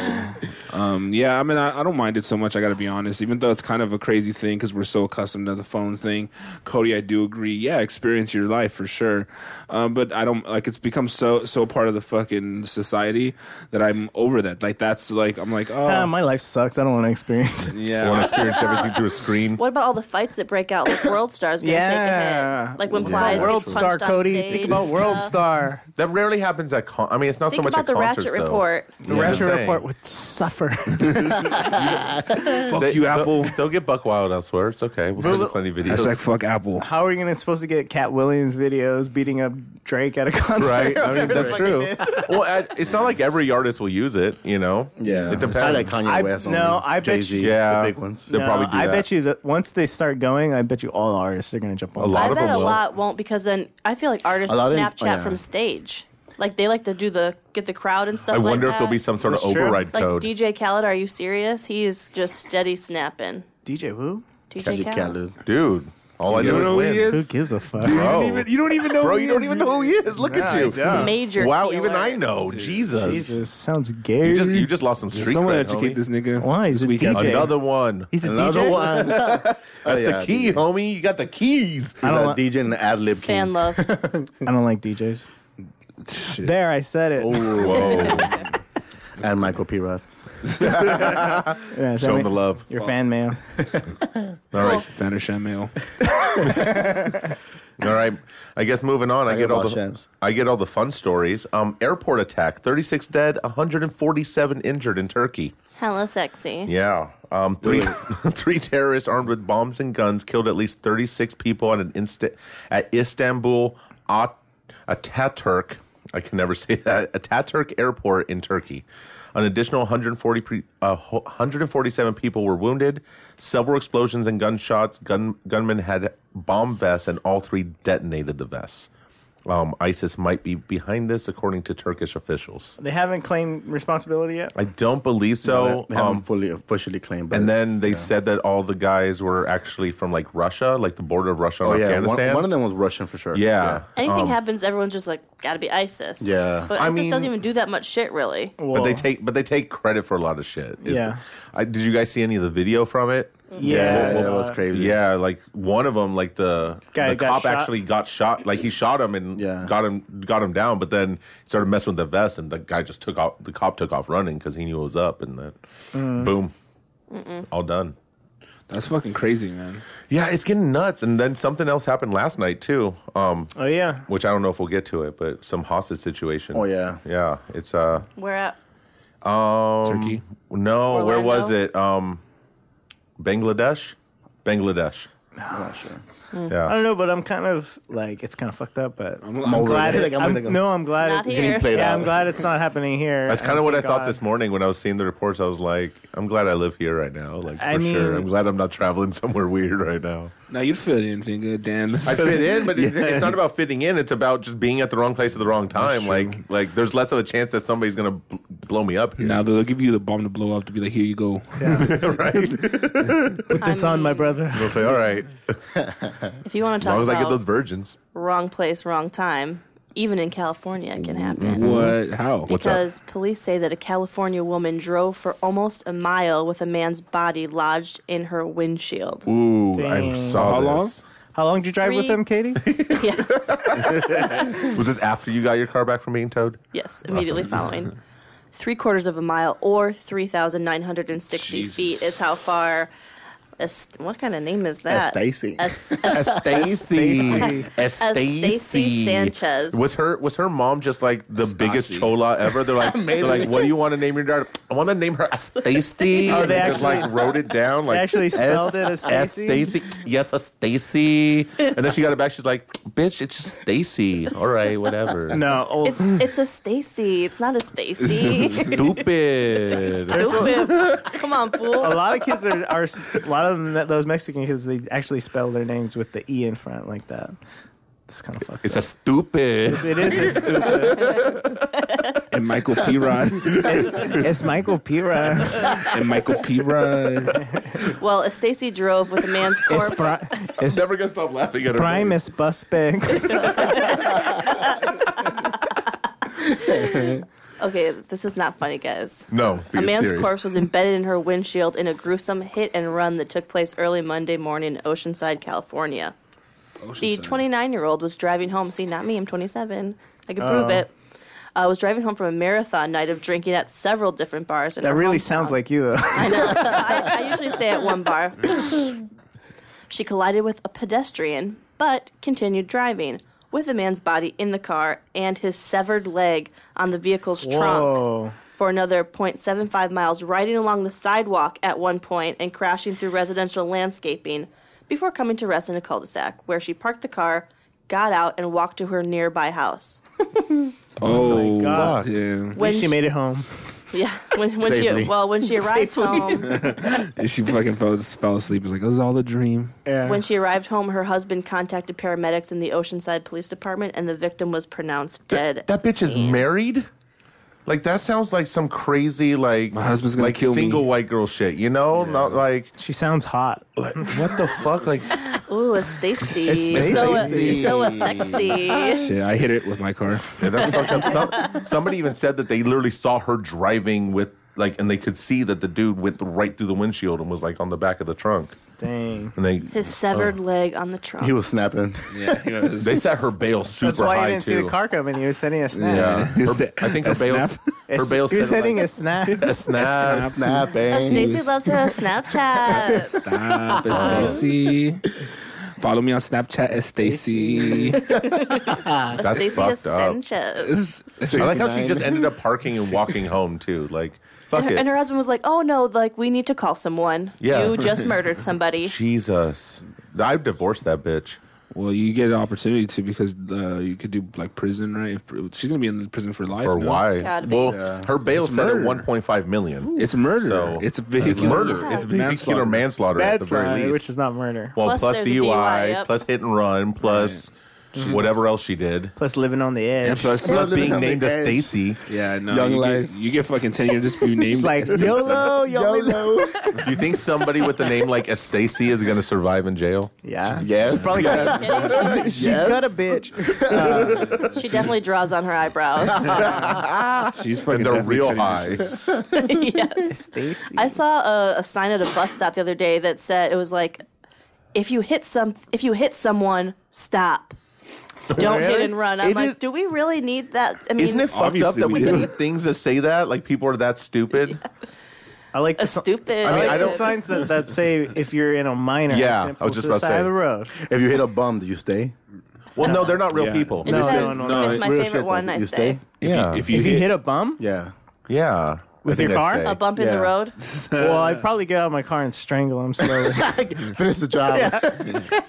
um, yeah, I mean, I, I don't mind it so much. I got to be honest, even though it's kind of a crazy thing because we're so accustomed to the phone thing. Cody, I do agree. Yeah, experience your life for sure. Um, but I don't like it's become so so part of the fucking society that I'm over that. Like that's like I'm like oh Ah, my life sucks. I don't want to experience it. I yeah. want to experience everything through a screen. What about all the fights that break out? Like World Star's gonna Yeah. take a hit. Like when Yeah. Plies World gets Star punched on Cody. stage Think and about World stuff. Star. That rarely happens at con. I mean, it's not so Think much about at the concerts, Ratchet though. Report. The Ratchet Report would suffer. [LAUGHS] fuck you, Apple. They'll, they'll get buck wild elsewhere. It's okay. We'll send you plenty of videos. That's like fuck Apple. How are we gonna supposed to get Cat Williams videos beating up Drake at a [LAUGHS] concert? right? or I mean, whatever the that's fuck he true. did? well, I, it's not like every artist will use it. You know. Yeah, It I like depends. Kanye I- West. no, only. I bet Jay-Z, you- Yeah. the big ones. They'll probably do I that. bet you that once they start going, I bet you all artists are gonna jump on. A lot I of bet them a will. lot won't because then I feel like artists A lot of- oh, Snapchat yeah. from stage. Like they like to do the get the crowd and I stuff. like wonder if that. there'll be some sort of That's true. override like code. DJ Khaled. Are you serious? He is just steady snapping. DJ who? DJ Kanye Khaled. Khaled. Dude, all I know is win. Who gives a fuck? Bro. You don't even know. Bro, who you he don't is, even dude. know who he is. Look at you. Major. Wow, killer. even I know. Jesus. Jesus, sounds gay. You just you just lost some street Someone cred, educate homie. this nigga. Why is it weekend. DJ? Another one. He's a Oh, Another DJ. [LAUGHS] one. That's That's the key, homie. You got the keys. I don't, That like- DJ and the ad lib king. fan love. [LAUGHS] I don't like DJs. Shit. There, I said Oh, it. Whoa. and Michael P. Rod. Yeah, Show him the love. Your fan mail. All right. Found a sham mail. [LAUGHS] All right. I guess moving on. I Talking get all the about shams. I get all the fun stories. Um, airport attack. Thirty six dead. One hundred and forty seven injured in Turkey. Hella sexy. Yeah. Um, three [LAUGHS] three terrorists armed with bombs and guns killed at least 36 people at an insta- at Istanbul At- Ataturk. I can never [LAUGHS] say that. Ataturk Airport in Turkey. An additional 140 pre- uh, ho- 147 people were wounded. Several explosions and gunshots. Gun- gunmen had bomb vests, and all three detonated the vests. Um, ISIS might be behind this, according to Turkish officials. They haven't claimed responsibility yet. I don't believe so. they haven't Um, fully officially claimed. but- and then they said that all the guys were actually from like Russia, like the border of Russia and oh yeah, one, Afghanistan. one of them was Russian for sure. yeah. Anything happens, everyone's just like, gotta be ISIS. Yeah. But Um, I ISIS mean- doesn't even do that much shit, really. But they Whoa. take but they take credit for a lot of shit. Is- Yeah. I, did you guys see any of the video from it? yeah, Yeah, that was uh, crazy. Yeah, like one of them, like the, Guy the got cop shot. actually got shot. Like he shot him and Yeah. got him got him down, but then started messing with the vest, and the guy just took off. The cop took off running because he knew it was up, and then Mm. boom, all done. That's fucking crazy, man. Yeah, it's getting nuts. And then something else happened last night too. Um, Oh yeah. which I don't know if we'll get to it, but some hostage situation. Oh, yeah. yeah. It's uh um, We're at Turkey. no, where was Orlando? it? Um, Bangladesh, Bangladesh. I'm not sure. I Yeah. don't know, but I'm kind of like it's kind of fucked up. But I'm, I'm over glad. it. I It, think I'm I'm, gonna go. no, I'm glad. Not it- here. Getting played yeah, out. I'm glad it's not happening here. Oh, That's kind of what I thank thought God. [LAUGHS] this morning when I was seeing the reports. I was like, I'm glad I live here right now. Like, for I mean- sure. I'm glad I'm not traveling [LAUGHS] somewhere weird right now. Now you'd fit in, nigga. Dan, I fit in, but it's, it's not about fitting in. It's about just being at the wrong place at the wrong time. Like, like there's less of a chance that somebody's gonna bl- blow me up here. Now they'll give you the bomb to blow up to be like, here you go. Put this on, my brother. They'll say, all right, as If you want to long talk as I about get those virgins. wrong place, wrong time, even in California, it can happen. What? How? What's up? Because police say that a California woman drove for almost a mile with a man's body lodged in her windshield. Ooh, I Dang. saw How long? this. How long did you drive with Three- him, Katie? Yeah. Was this after you got your car back from being towed? Yes, immediately following. Three quarters of a mile or 3,960 Jesus. feet is how far. Es- what kind of name is that? Stacy. Es- [LAUGHS] Stacy, Stacy Sanchez. Was her was her mom just like the Stasi. biggest chola ever? They're [LAUGHS] like, they're like, what do you want to name your daughter? I want to name her Stacy. [LAUGHS] Oh, they just actually- like wrote it down. Like actually spelled it as Stacy? Stacy. Yes, a Stacy. And then she got it back. She's like, bitch, it's just Stacy. All right, whatever. [LAUGHS] No, Oh, old. it's, it's a Stacy. It's not [LAUGHS] a Stacy. Stupid. [LAUGHS] Stupid. Come on, a fool. lot of kids are, are a lot of them, those Mexican kids. They actually spell their names with the e in front like that. It's kind of [LAUGHS] fucked. It's a stupid. up. It is. It's stupid. And Michael P. [LAUGHS] Rod. it's Michael Pira. and Michael P. Rod. Well, if Stacy drove with a man's It's, corpse, Bri- it's Never gonna stop laughing at her. Primus Buspex. okay, this is not funny, guys. No, A be man's serious. corpse was embedded in her windshield in a gruesome hit and run that took place early Monday morning in Oceanside, California. the 29 year old was driving home. See, not me, I'm 27. I can prove it. I was driving home from a marathon night of drinking at several different bars. In That her really hometown. sounds like you. though. I know. I, I usually stay at one [LAUGHS] bar. she collided with a pedestrian, but continued driving with a man's body in the car and his severed leg on the vehicle's trunk Whoa. for another 0.75 miles, riding along the sidewalk at one point and crashing through residential landscaping before coming to rest in a cul de sac where she parked the car, got out, and walked to her nearby house. Oh, my God. Damn. When She made it home. Yeah, [LAUGHS] when, when she Safely. well when she arrived home, And she fucking fell, fell asleep. It's like, it was all a dream. Yeah. When she arrived home, her husband contacted paramedics in the Oceanside Police Department, and the victim was pronounced dead. That bitch is married. married. Like that sounds like some crazy like my husband's gonna like kill me. single white girl shit. You know, not like she sounds hot. what the fuck. Like Ooh, it's Stacy. It's [LAUGHS] so, Stacy. so uh, sexy. Shit, I hit it with my car. [LAUGHS] yeah, that fucked up. Some, somebody even said that they literally saw her driving with like, and they could see that the dude went right through the windshield and was like on the back of the trunk. Dang. And they His Oh. severed leg on the trunk. He was snapping. Yeah, he was. [LAUGHS] they set her bail super That's why high you didn't too. see the car coming. He was sending a snap. Yeah, Is Her- that I think [LAUGHS] her a bail. snap? Her It's- bail. he was said, sending like, [LAUGHS] a snap. snap. [LAUGHS] snapping. Stacy loves [LAUGHS] her on Snapchat. Stop, it's Stacy. Follow me on Snapchat as Stacy. That's Stacy is fucked up. Sanchez. [LAUGHS] I like how she just ended up parking and walking home too. Like fuck [LAUGHS] And her, it. and her husband was like, "Oh no, like we need to call someone. Yeah. You just murdered somebody." Jesus. I divorced that bitch. Well, you get an opportunity to because uh, you could do like prison, right? If, she's gonna be in prison for life. Or no? why? Gotta be. Well, her bail It's said at murder. 1.5 million. It's murder. So it's vehicular murder. It's vehicular manslaughter at the very Manslaughter, least. which is not murder. well, Plus plus, there's a DUIs, DUI, yep. plus hit and run, plus Mm-hmm. whatever else she did, Plus living on the edge. And plus, plus living being on the named a edge. Stacy. yeah, no, Young you life. Get, you get fucking ten years just be named It's like Stacy. YOLO, [LAUGHS] YOLO. YOLO. Do you think somebody with a name like a Stacy is going to survive in jail? [LAUGHS] Yeah. Yes. Probably [LAUGHS] got she she got a bitch. definitely draws on her eyebrows. [LAUGHS] She's fucking And they're definitely real cutting high. this. yes. Stacy. I saw a, a sign at a bus stop the other day that said it was like, if you hit some, if you hit someone, stop. Don't hit Really? and run. I'm It like, is- do we really need that? I mean, Isn't it fucked up Obviously that we we do. need things that say that? Like people are that stupid? I like [LAUGHS] the si- stupid? I mean, I I don't don't- signs that, that say if you're in a minor. Yeah, except I was just to the about to side say. of the road. If you hit a bum, do you stay? Well, no, they're not real Yeah. people. No, This no, is- no, Depends. no. If it's my Real favorite shit, though, one, do I you stay. stay? If you- Yeah. If you, If you hit, hit a bum, Yeah. Yeah. With think your that's car? day. A bump in Yeah. the road. Well, I'd probably get out of my car and strangle him slowly, Finish the [LAUGHS] job.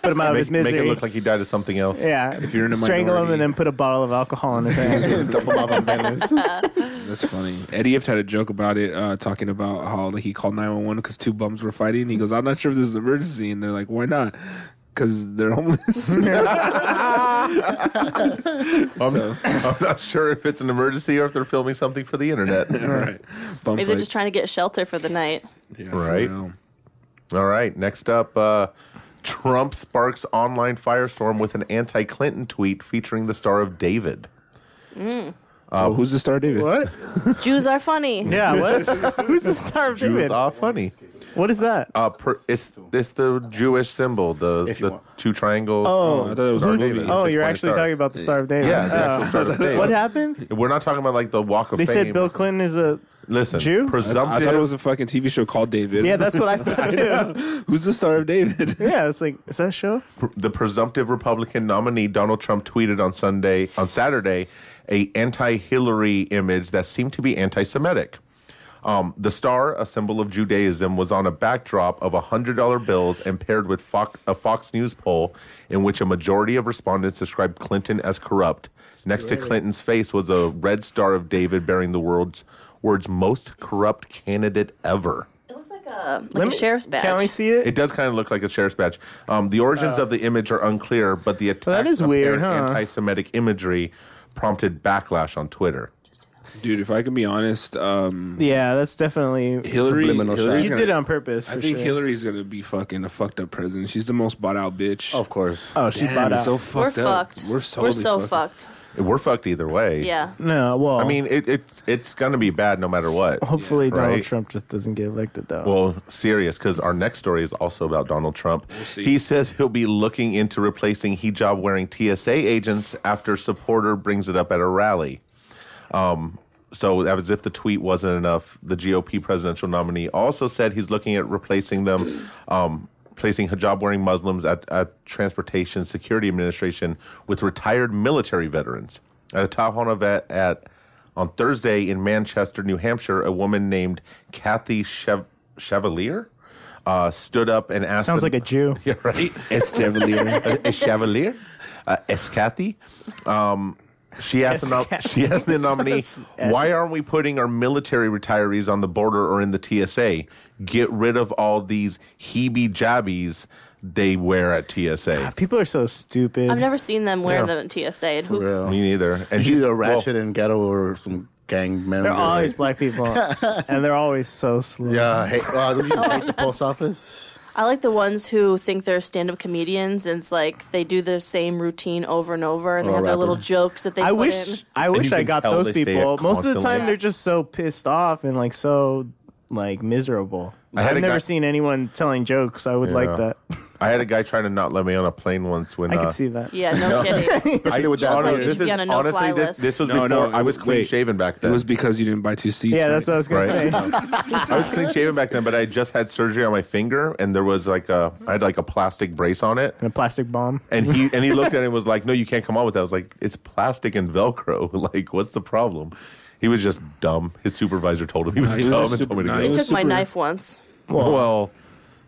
put him out of his Make, make misery. it look like you died of something else. yeah, if you're in a strangle him minority. and then put a bottle of alcohol in his hand. Dump them off on Bentley's. That's funny. Eddie Ift had a joke about it, uh, talking about how like, he called 911 because two bums were fighting. And he goes, I'm not sure if this is an emergency. And they're like, why not? Because they're homeless. [LAUGHS] I'm, So- [LAUGHS] I'm not sure if it's an emergency or if they're filming something for the internet. [LAUGHS] All right. Bum Maybe they're just trying to get shelter for the night. Right. All right. Next up, uh, Trump sparks online firestorm with an anti-Clinton tweet featuring the star of David. Uh, who's the star, [LAUGHS] David? What? Jews are funny. yeah, what? Who's the star of Jews David? are uh, funny. What is that? Uh, per, it's it's the Jewish symbol, the If you the want. two triangles. I Oh, thought it was Star who's- of David, oh, six-pointed you're actually star. talking about the star of David. yeah, the actual Oh. star of David. [LAUGHS] What happened? We're not talking about like the Walk of They Fame. said Bill Clinton is a. Listen, Jew? I, I presumptive. thought it was a fucking TV show called David. Yeah, that's what I thought too. who's the star of David? [LAUGHS] Yeah, it's like is that a show? pr- the presumptive Republican nominee Donald Trump tweeted on Sunday on Saturday a anti-Hillary image that seemed to be anti-Semitic. Um, the star, a symbol of Judaism, was on a backdrop of $100 bills and paired with Fox, a Fox News poll in which a majority of respondents described Clinton as corrupt. Next to Clinton's face was a red star of David bearing the world's, words most corrupt candidate ever. It looks like a like Let a me- sheriff's badge. Can we see it? It does kind of look like a sheriff's badge. Um, the origins of the image are unclear, but the attack Oh. that is weird, huh? anti-Semitic imagery prompted backlash on Twitter. Dude, if I can be honest, um, yeah, that's definitely. Hillary, Subliminal Hillary's You gonna- did it on purpose. For I think sure. Hillary's gonna be fucking a fucked up president. She's the most bought out bitch. Of course. Oh, she Damn, bought it's out. so We're fucked up. fucked. We're so so fucked. We're fucked either way. Yeah. no, well, I mean, it, it, it's going to be bad no matter what. hopefully Donald right. Trump just doesn't get elected though. Well, serious, because our next story is also about Donald Trump. see. he says he'll be looking into replacing hijab wearing TSA agents after supporter brings it up at a rally. So that was if the tweet wasn't enough. The GOP presidential nominee also said he's looking at replacing them, um, placing hijab-wearing Muslims at, at Transportation Security Administration with retired military veterans. At a town hall event at on Thursday in Manchester, New Hampshire, a woman named Kathy Chev- Chevalier uh, stood up and asked. Sounds the- like a Jew. [LAUGHS] yeah, right? Escavalier. a Chevalier. Uh, Escathy. Um, she asked, the nom- she asked the nominee, why aren't we putting our military retirees on the border or in the TSA? Get rid of all these heebie jabbies they wear at TSA. People are so stupid. I've never seen them wearing Yeah. them at TSA. And For who, real. Me neither. And She's she's either a ratchet and ghetto or some gang member. they're always black [LAUGHS] people, and they're always so slow. Yeah, hey, [LAUGHS] uh, don't you Oh, hate the post office? I like the ones who think they're stand-up comedians, and it's like they do the same routine over and over, and they Or have their rapper. little jokes that they I put wish in. I wish you I can got tell those they say it people. Most of the constantly. time, Yeah. they're just so pissed off and like so like miserable. I had I've a never guy- seen anyone telling jokes. I would like Yeah. that. [LAUGHS] [LAUGHS] I had a guy trying to not let me on a plane once when I uh, could see that. Yeah, no kidding. I, with that oh, no, beard. this You should is, be on a no-fly honestly, this, list. this was No, before no, I was wait. clean shaven back It then. was because you didn't buy two seats. Yeah, that's what I was gonna Right. [LAUGHS] say. I was clean shaven back then, but I just had surgery on my finger, and there was like a I had like a plastic brace on it, And a plastic bomb. and he and he looked at it and was like, "No, you can't come on with that." I was like, "It's plastic and Velcro. [LAUGHS] Like, what's the problem?" He was just dumb. His supervisor told him he was he was dumb just and told me super to They go. nice. took my super- knife once. Well,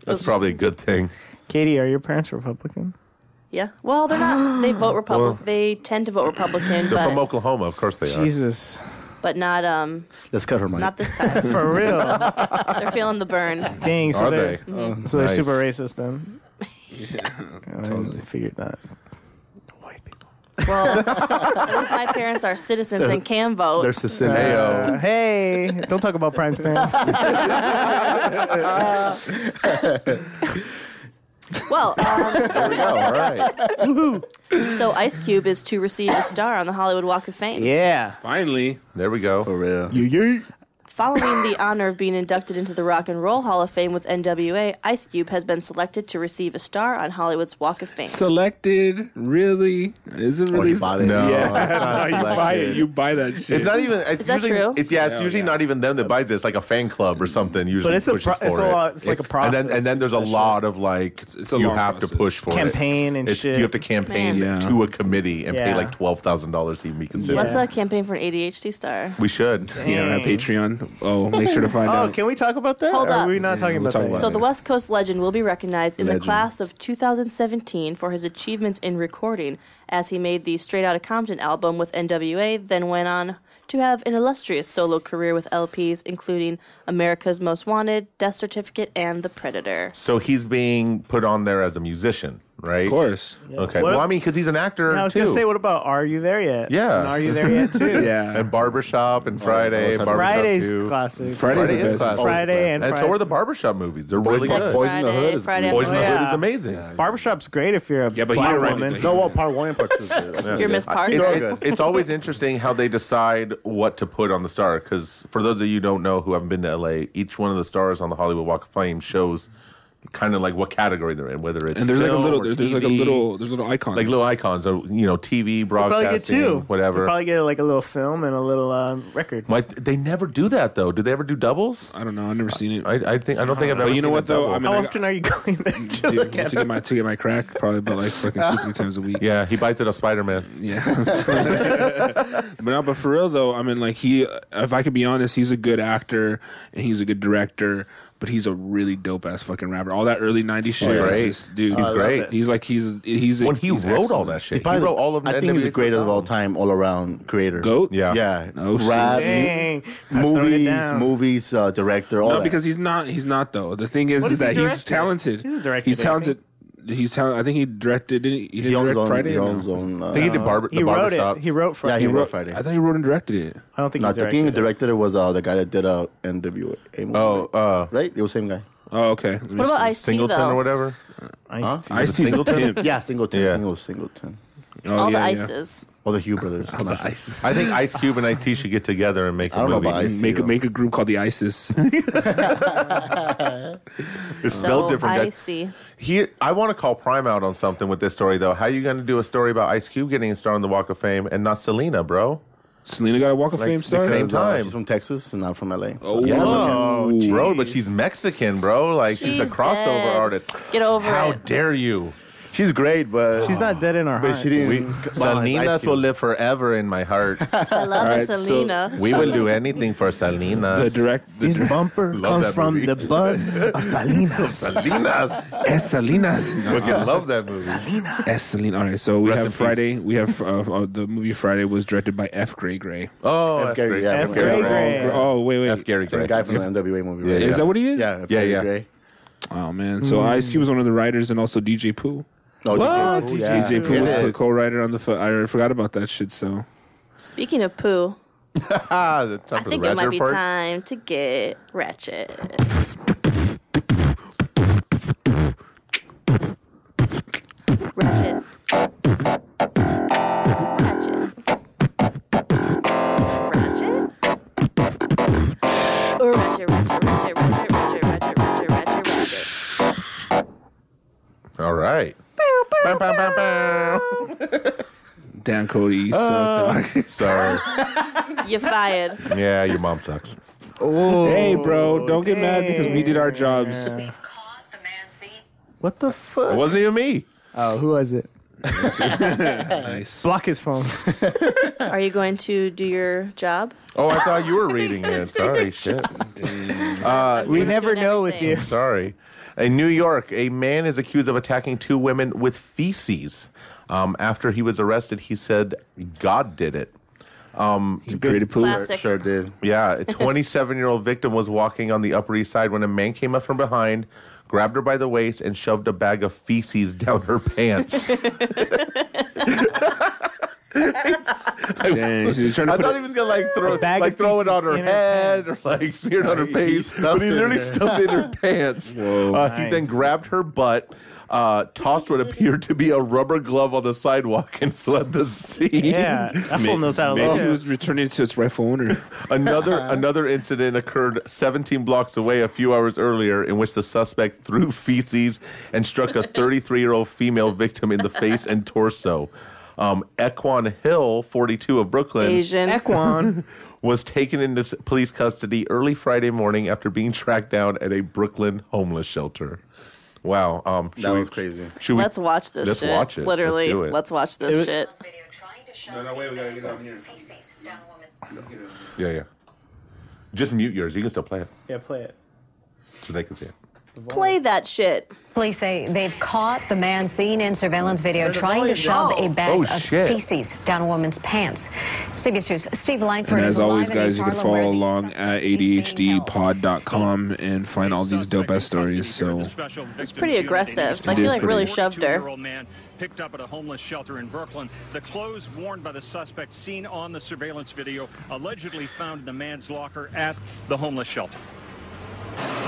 that's probably a good thing. Katie, are your parents Republican? Yeah. Well, they're not. They vote Republican. they tend to vote Republican, They're from but, Oklahoma, of course they Jesus, but not um Let's cut her mic. not this [LAUGHS] time. for [LAUGHS] real? they're feeling the burn. Dang, so are. Are they're they? so they're Nice. super [LAUGHS] racist then. yeah, totally. I figured that. White people. Well, at least my parents are citizens and can vote. There's this in Hey, yo. Uh, hey, don't talk about Prime's parents. Well, um, There we go. Oh, All right. so Ice Cube is to receive a star on the Hollywood Walk of Fame. yeah. Finally, There we go. Oh, for real. Following the honor of being inducted into the Rock and Roll Hall of Fame with NWA, Ice Cube has been selected to receive a star on Hollywood's Walk of Fame. selected. Really? Is it Oh, really? you bought it. No, [LAUGHS] No, you buy it. You buy that shit. it's not even. It's Is that usually, true? It's yeah. It's usually not even them that buys it. It's like a fan club or something. Usually, But it's a pushes pro- it's for a it. lot- it's like a And then, process. and then there's a lot of like it's a you long have to process. push for it. Campaign and It's- shit. You have to campaign Man. Yeah. to a committee and pay Yeah. like twelve thousand dollars to even be considered. Let's Yeah. uh, campaign for an ADHD star. We should. yeah, on our Patreon. episode. Oh, make sure to [LAUGHS] find Oh, out. can we talk about that? Hold Or up. Are we not talking we'll about talk that? about yet? So the West Coast legend will be recognized in Legend. the class of 2017 for his achievements in recording, as he made the Straight Outta Compton album with N.W.A. Then went on to have an illustrious solo career with LPs, including America's Most Wanted, Death Certificate, and The Predator. So he's being put on there as a musician, right? Of course. Okay. What- well, I mean, because he's an actor I was too. gonna say, what about Are You There Yet? Yeah. And Are You There Yet too? Yeah. and barbershop and Friday, Friday. barbershop Friday's too. classic. Friday's Friday the is best. classic. Friday and And, Friday. so are the barbershop movies. They're really Like good. Boys in the Friday, Oh, Hood is Friday, Boys in the Yeah. Hood is amazing. Barbershop's great if you're a Yeah, but black you're right. woman. No, well, part one and part two is good. If you're Miss Park, It- They're all [LAUGHS] it- good. it's always interesting how they decide what to put on the star. Because for those of you who don't know who haven't been to LA, each one of the stars on the Hollywood Walk of Fame shows kind of like what category they're in, whether it's And there's like a film little or there's, there's like a TV, little there's little icons. like little icons, or, you know, TV probably broadcasting, get two. whatever. You'll probably get like a little film and a little um, record. Why they never do that though? Do they ever do doubles? I don't know. I've never seen it. I, I think I don't think I've ever. you know seen a what, though? double. I mean, How got- often are you [LAUGHS] going there to [LAUGHS] Dude, [LAUGHS] look to at get my to get my crack probably about like fucking two [LAUGHS] three times a week. yeah, he bites at a Spider Man. Yeah. [LAUGHS] but no, but for real though, I mean, like he, if I could be honest, he's a good actor and he's a good director, but he's a really dope ass fucking rapper. All that early '90s shit, He's is great. just- dude, Oh, He's great. He's like he's he's When he he's wrote all excellent. that He's shit, probably he the- wrote all of. I think he's the NWA's greatest of all albums. time, all around creator. Goat. Yeah. Yeah. Oh, shit. Rap, Dang. I've slowed it movies, down. movies, uh, director, all No, that. because he's not. He's not though. The thing is, What is does that he he's direct? talented. He's a director, He's I talented. He's talented. I think he directed. Didn't he? He, didn't he owns direct his own, Friday. he No. owns his own, uh, I think he did barber. He the wrote barbershops. it. He wrote for. Yeah, he I wrote Friday. I thought he wrote and directed it. don't think no, he the thing directed. that it. directed it was uh, the guy that did uh, NWA movie. Oh, uh, right? It was the same guy. [LAUGHS] Oh, okay. Let me What about see. Ice T Singleton or though? whatever. Ice-T. Ice T's a pimp. Yeah, Singleton. Yeah. I think it was Singleton. Oh, [LAUGHS] All the yeah, yeah. ices. Or the Hugh brothers. I'm not sure. I think Ice Cube and Ice T should get together and make a I don't know movie. about Ice-T. Make though. make a group called the ISIS. It's So spelled different. guys. icy. He, I want to call Prime out on something with this story though. How you going to do a story about Ice Cube getting a star on the Walk of Fame and not Selena, bro? Selena got a Walk of Like, Fame the star. same- Because, uh, time. She's from Texas and not from LA. Oh, Yeah, Whoa, but, geez. bro, but she's Mexican, bro. Like she's, She's the crossover dead. artist. Get over How it. dare you? She's great, but She's not dead in our But hearts. she didn't. We, Well, it's Ice Salinas Cube. will live forever in my heart. I love All right, so- Selena. we will do anything for Salinas. the direct. The [LAUGHS] His direct bumper comes that from movie. [LAUGHS] the buzz of Salinas. Salinas. Es [LAUGHS] Salinas. Fucking love that movie. Es Salinas. All right, so we Rest in have peace. Friday. We have uh, uh, the movie Friday was directed by F. Gray Gray. Oh, F. that's Gary, great. yeah, F. F. Gray Gray. Gray. Oh wait, wait. F. Gary Same Gray. guy from the NWA movie, Yeah, right? yeah. Is that what he is? Yeah, F. Yeah, Gary yeah. Gray. Oh man. Mm-hmm. So Ice Cube was one of the writers, and also DJ Pooh. Oh, What? DJ, yeah. DJ Pooh was Yeah. the co-writer on the. Fu- I forgot about that shit. So Speaking of poo, Ah, the time I for think the it might Ratchet be part. time to get ratchet. Ratchet. Ratchet. Ratchet. Or ratchet, ratchet, ratchet, ratchet, ratchet, ratchet, ratchet, ratchet, ratchet. All right. Bow, bow, bow, bow. damn, Cody, you Oh. suck, dog. [LAUGHS] [LAUGHS] Sorry. You fired. Yeah, your mom sucks. hey, bro, don't get mad because we did our jobs. caught the man seen What the It fuck? wasn't even me. Oh, who was [LAUGHS] it? Nice. Block his [LAUGHS] phone. Are you going to do your job? Oh, I thought [LAUGHS] you were reading it. Sorry, shit. we You're never doing know with everything. you. Sorry. In New York, a man is accused of attacking two women with feces. Um, after he was arrested, he said, God did it. He created Pooh. [LAUGHS] Classic. Sure did. Yeah, [LAUGHS] a 27 year old victim was walking on the Upper East Side when a man came up from behind, grabbed her by the waist, and shoved a bag of feces down her pants. Dang, she's trying to I put thought a- he was gonna like throw, bag like of throw it feces on her in her head pants. or like smear it on her [LAUGHS] face, stuffed but he it in literally there. stuffed it in [LAUGHS] her pants. Uh, He then Nice. grabbed her butt, uh, tossed what appeared to be a rubber glove on the sidewalk, and fled the scene. Yeah, [LAUGHS] that fool knows how to Maybe he love. was returning it to its rightful owner. Another [LAUGHS] another incident occurred 17 blocks away a few hours earlier, in which the suspect threw feces and struck a 33 year old female victim in the face and torso. Um, Equan Hill, 42 of Brooklyn, Asian. Equan. was taken into s- police custody early Friday morning after being tracked down at a Brooklyn homeless shelter. Wow, um, should That we- was crazy. Should we, Let's watch this Let's shit. watch it. Literally, Let's do it. watch this shit. on video trying to shove no, no, wait, we gotta get on here. feces down a woman. Yeah, yeah. Just mute yours. You can still play it [LAUGHS] Yeah, play it. so they can see it. Play that shit. Police say they've caught the man seen in surveillance video trying to shove a bag Oh, of shit. feces down a woman's pants. CBS News' Steve Langford And is as alive always, in East guys, you can Harlem, where follow the along suspect at is being held. adhdpod.com and find all these dope ass stories. So It's pretty aggressive. Like It he is like pretty- really shoved her. Old man picked up at a homeless shelter in Brooklyn. The clothes worn by the suspect seen on the surveillance video allegedly found in the man's locker at the homeless shelter.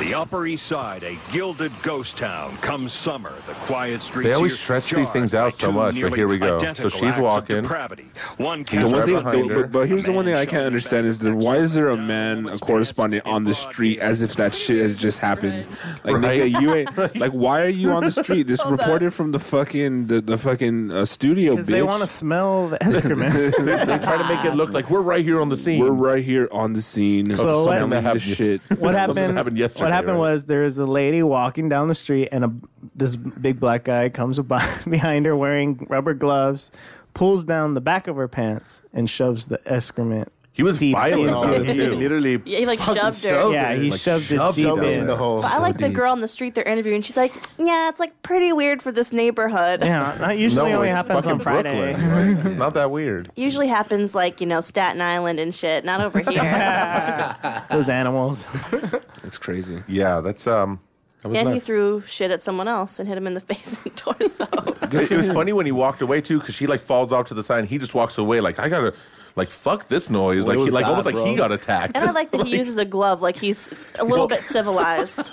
The Upper East Side, a gilded ghost town. Come summer, the quiet streets. They always here stretch these jarred things out by so two much, but nearly here we go. So identical she's acts of walking. Depravity. One the captured one thing, by behind the- her. but, but here's the one thing I can't understand is that why is there a man, a correspondent on the street as if that shit has just happened? Like, nigga, you ain't like, why are you on the street? This Hold on. reported from the fucking the, the fucking uh, studio. Because they bitch. want to smell the excrement. [LAUGHS] They try to make it look like we're right here on the scene. We're right here on the scene. So of what- filming That happened this yes- shit. what Something happened? happened yesterday, what happened right? was there was a lady walking down the street, and a this big black guy comes [LAUGHS] by, behind her wearing rubber gloves, pulls down the back of her pants, and shoves the excrement. He was deep violent into about the- it, He too. literally Yeah, he like fucking shoved her. Yeah, it. he shoved it deep it in. in the hole. But [LAUGHS] I like the girl on the street they're interviewing. She's like, yeah, it's like pretty weird for this neighborhood. Yeah, that usually only it's happens fucking on Friday. [LAUGHS] Brooklyn, like, it's not that [LAUGHS] weird. Usually happens like you know Staten Island and shit. [LAUGHS] Not over here. yeah, Those animals. That's crazy. Yeah, that's um. That was and he nuts. threw shit at someone else and hit him in the [LAUGHS] face [LAUGHS] and torso. It, it was funny when he walked away too, because she like falls off to the side. and He just walks away like I gotta, like fuck this noise. it like he, was like bad, almost like he bro. got attacked. and I like that he uses a glove. Like he's a little bit civilized.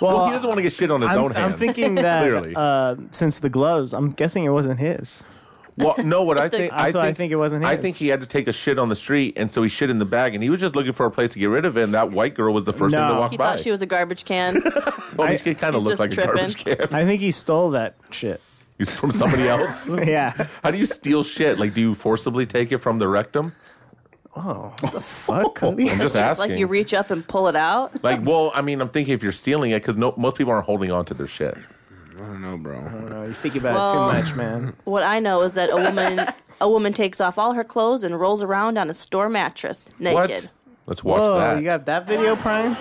[LAUGHS] well, he doesn't want to get shit on his own I'm, hands. I'm thinking that [LAUGHS] Clearly. uh, since the gloves, I'm guessing it wasn't his. Well, no, what I think, I That's think, why I think it wasn't I his. think he had to take a shit on the street, and so he shit in the bag, and he was just looking for a place to get rid of it. And that white girl was the first one to No. walk He by. Oh, thought she was a [LAUGHS] garbage can. well, she kind of looks he's just like a garbage tripping. can. [LAUGHS] I think he stole that shit. He's from somebody else. [LAUGHS] Yeah. How do you steal shit? Like, do you forcibly take it from the rectum? Fuck. [LAUGHS] Cody. I'm just asking. [LAUGHS] like you reach up and pull it out. Like, well, I mean, I'm thinking if you're stealing it, because no, most people aren't holding on to their shit. I don't know, bro. No, you think about Well- it too [LAUGHS] much, man. What I know is that a woman a woman takes off all her clothes and rolls around on a store mattress naked. What? Let's watch Whoa, that. oh, you got that video, Prime?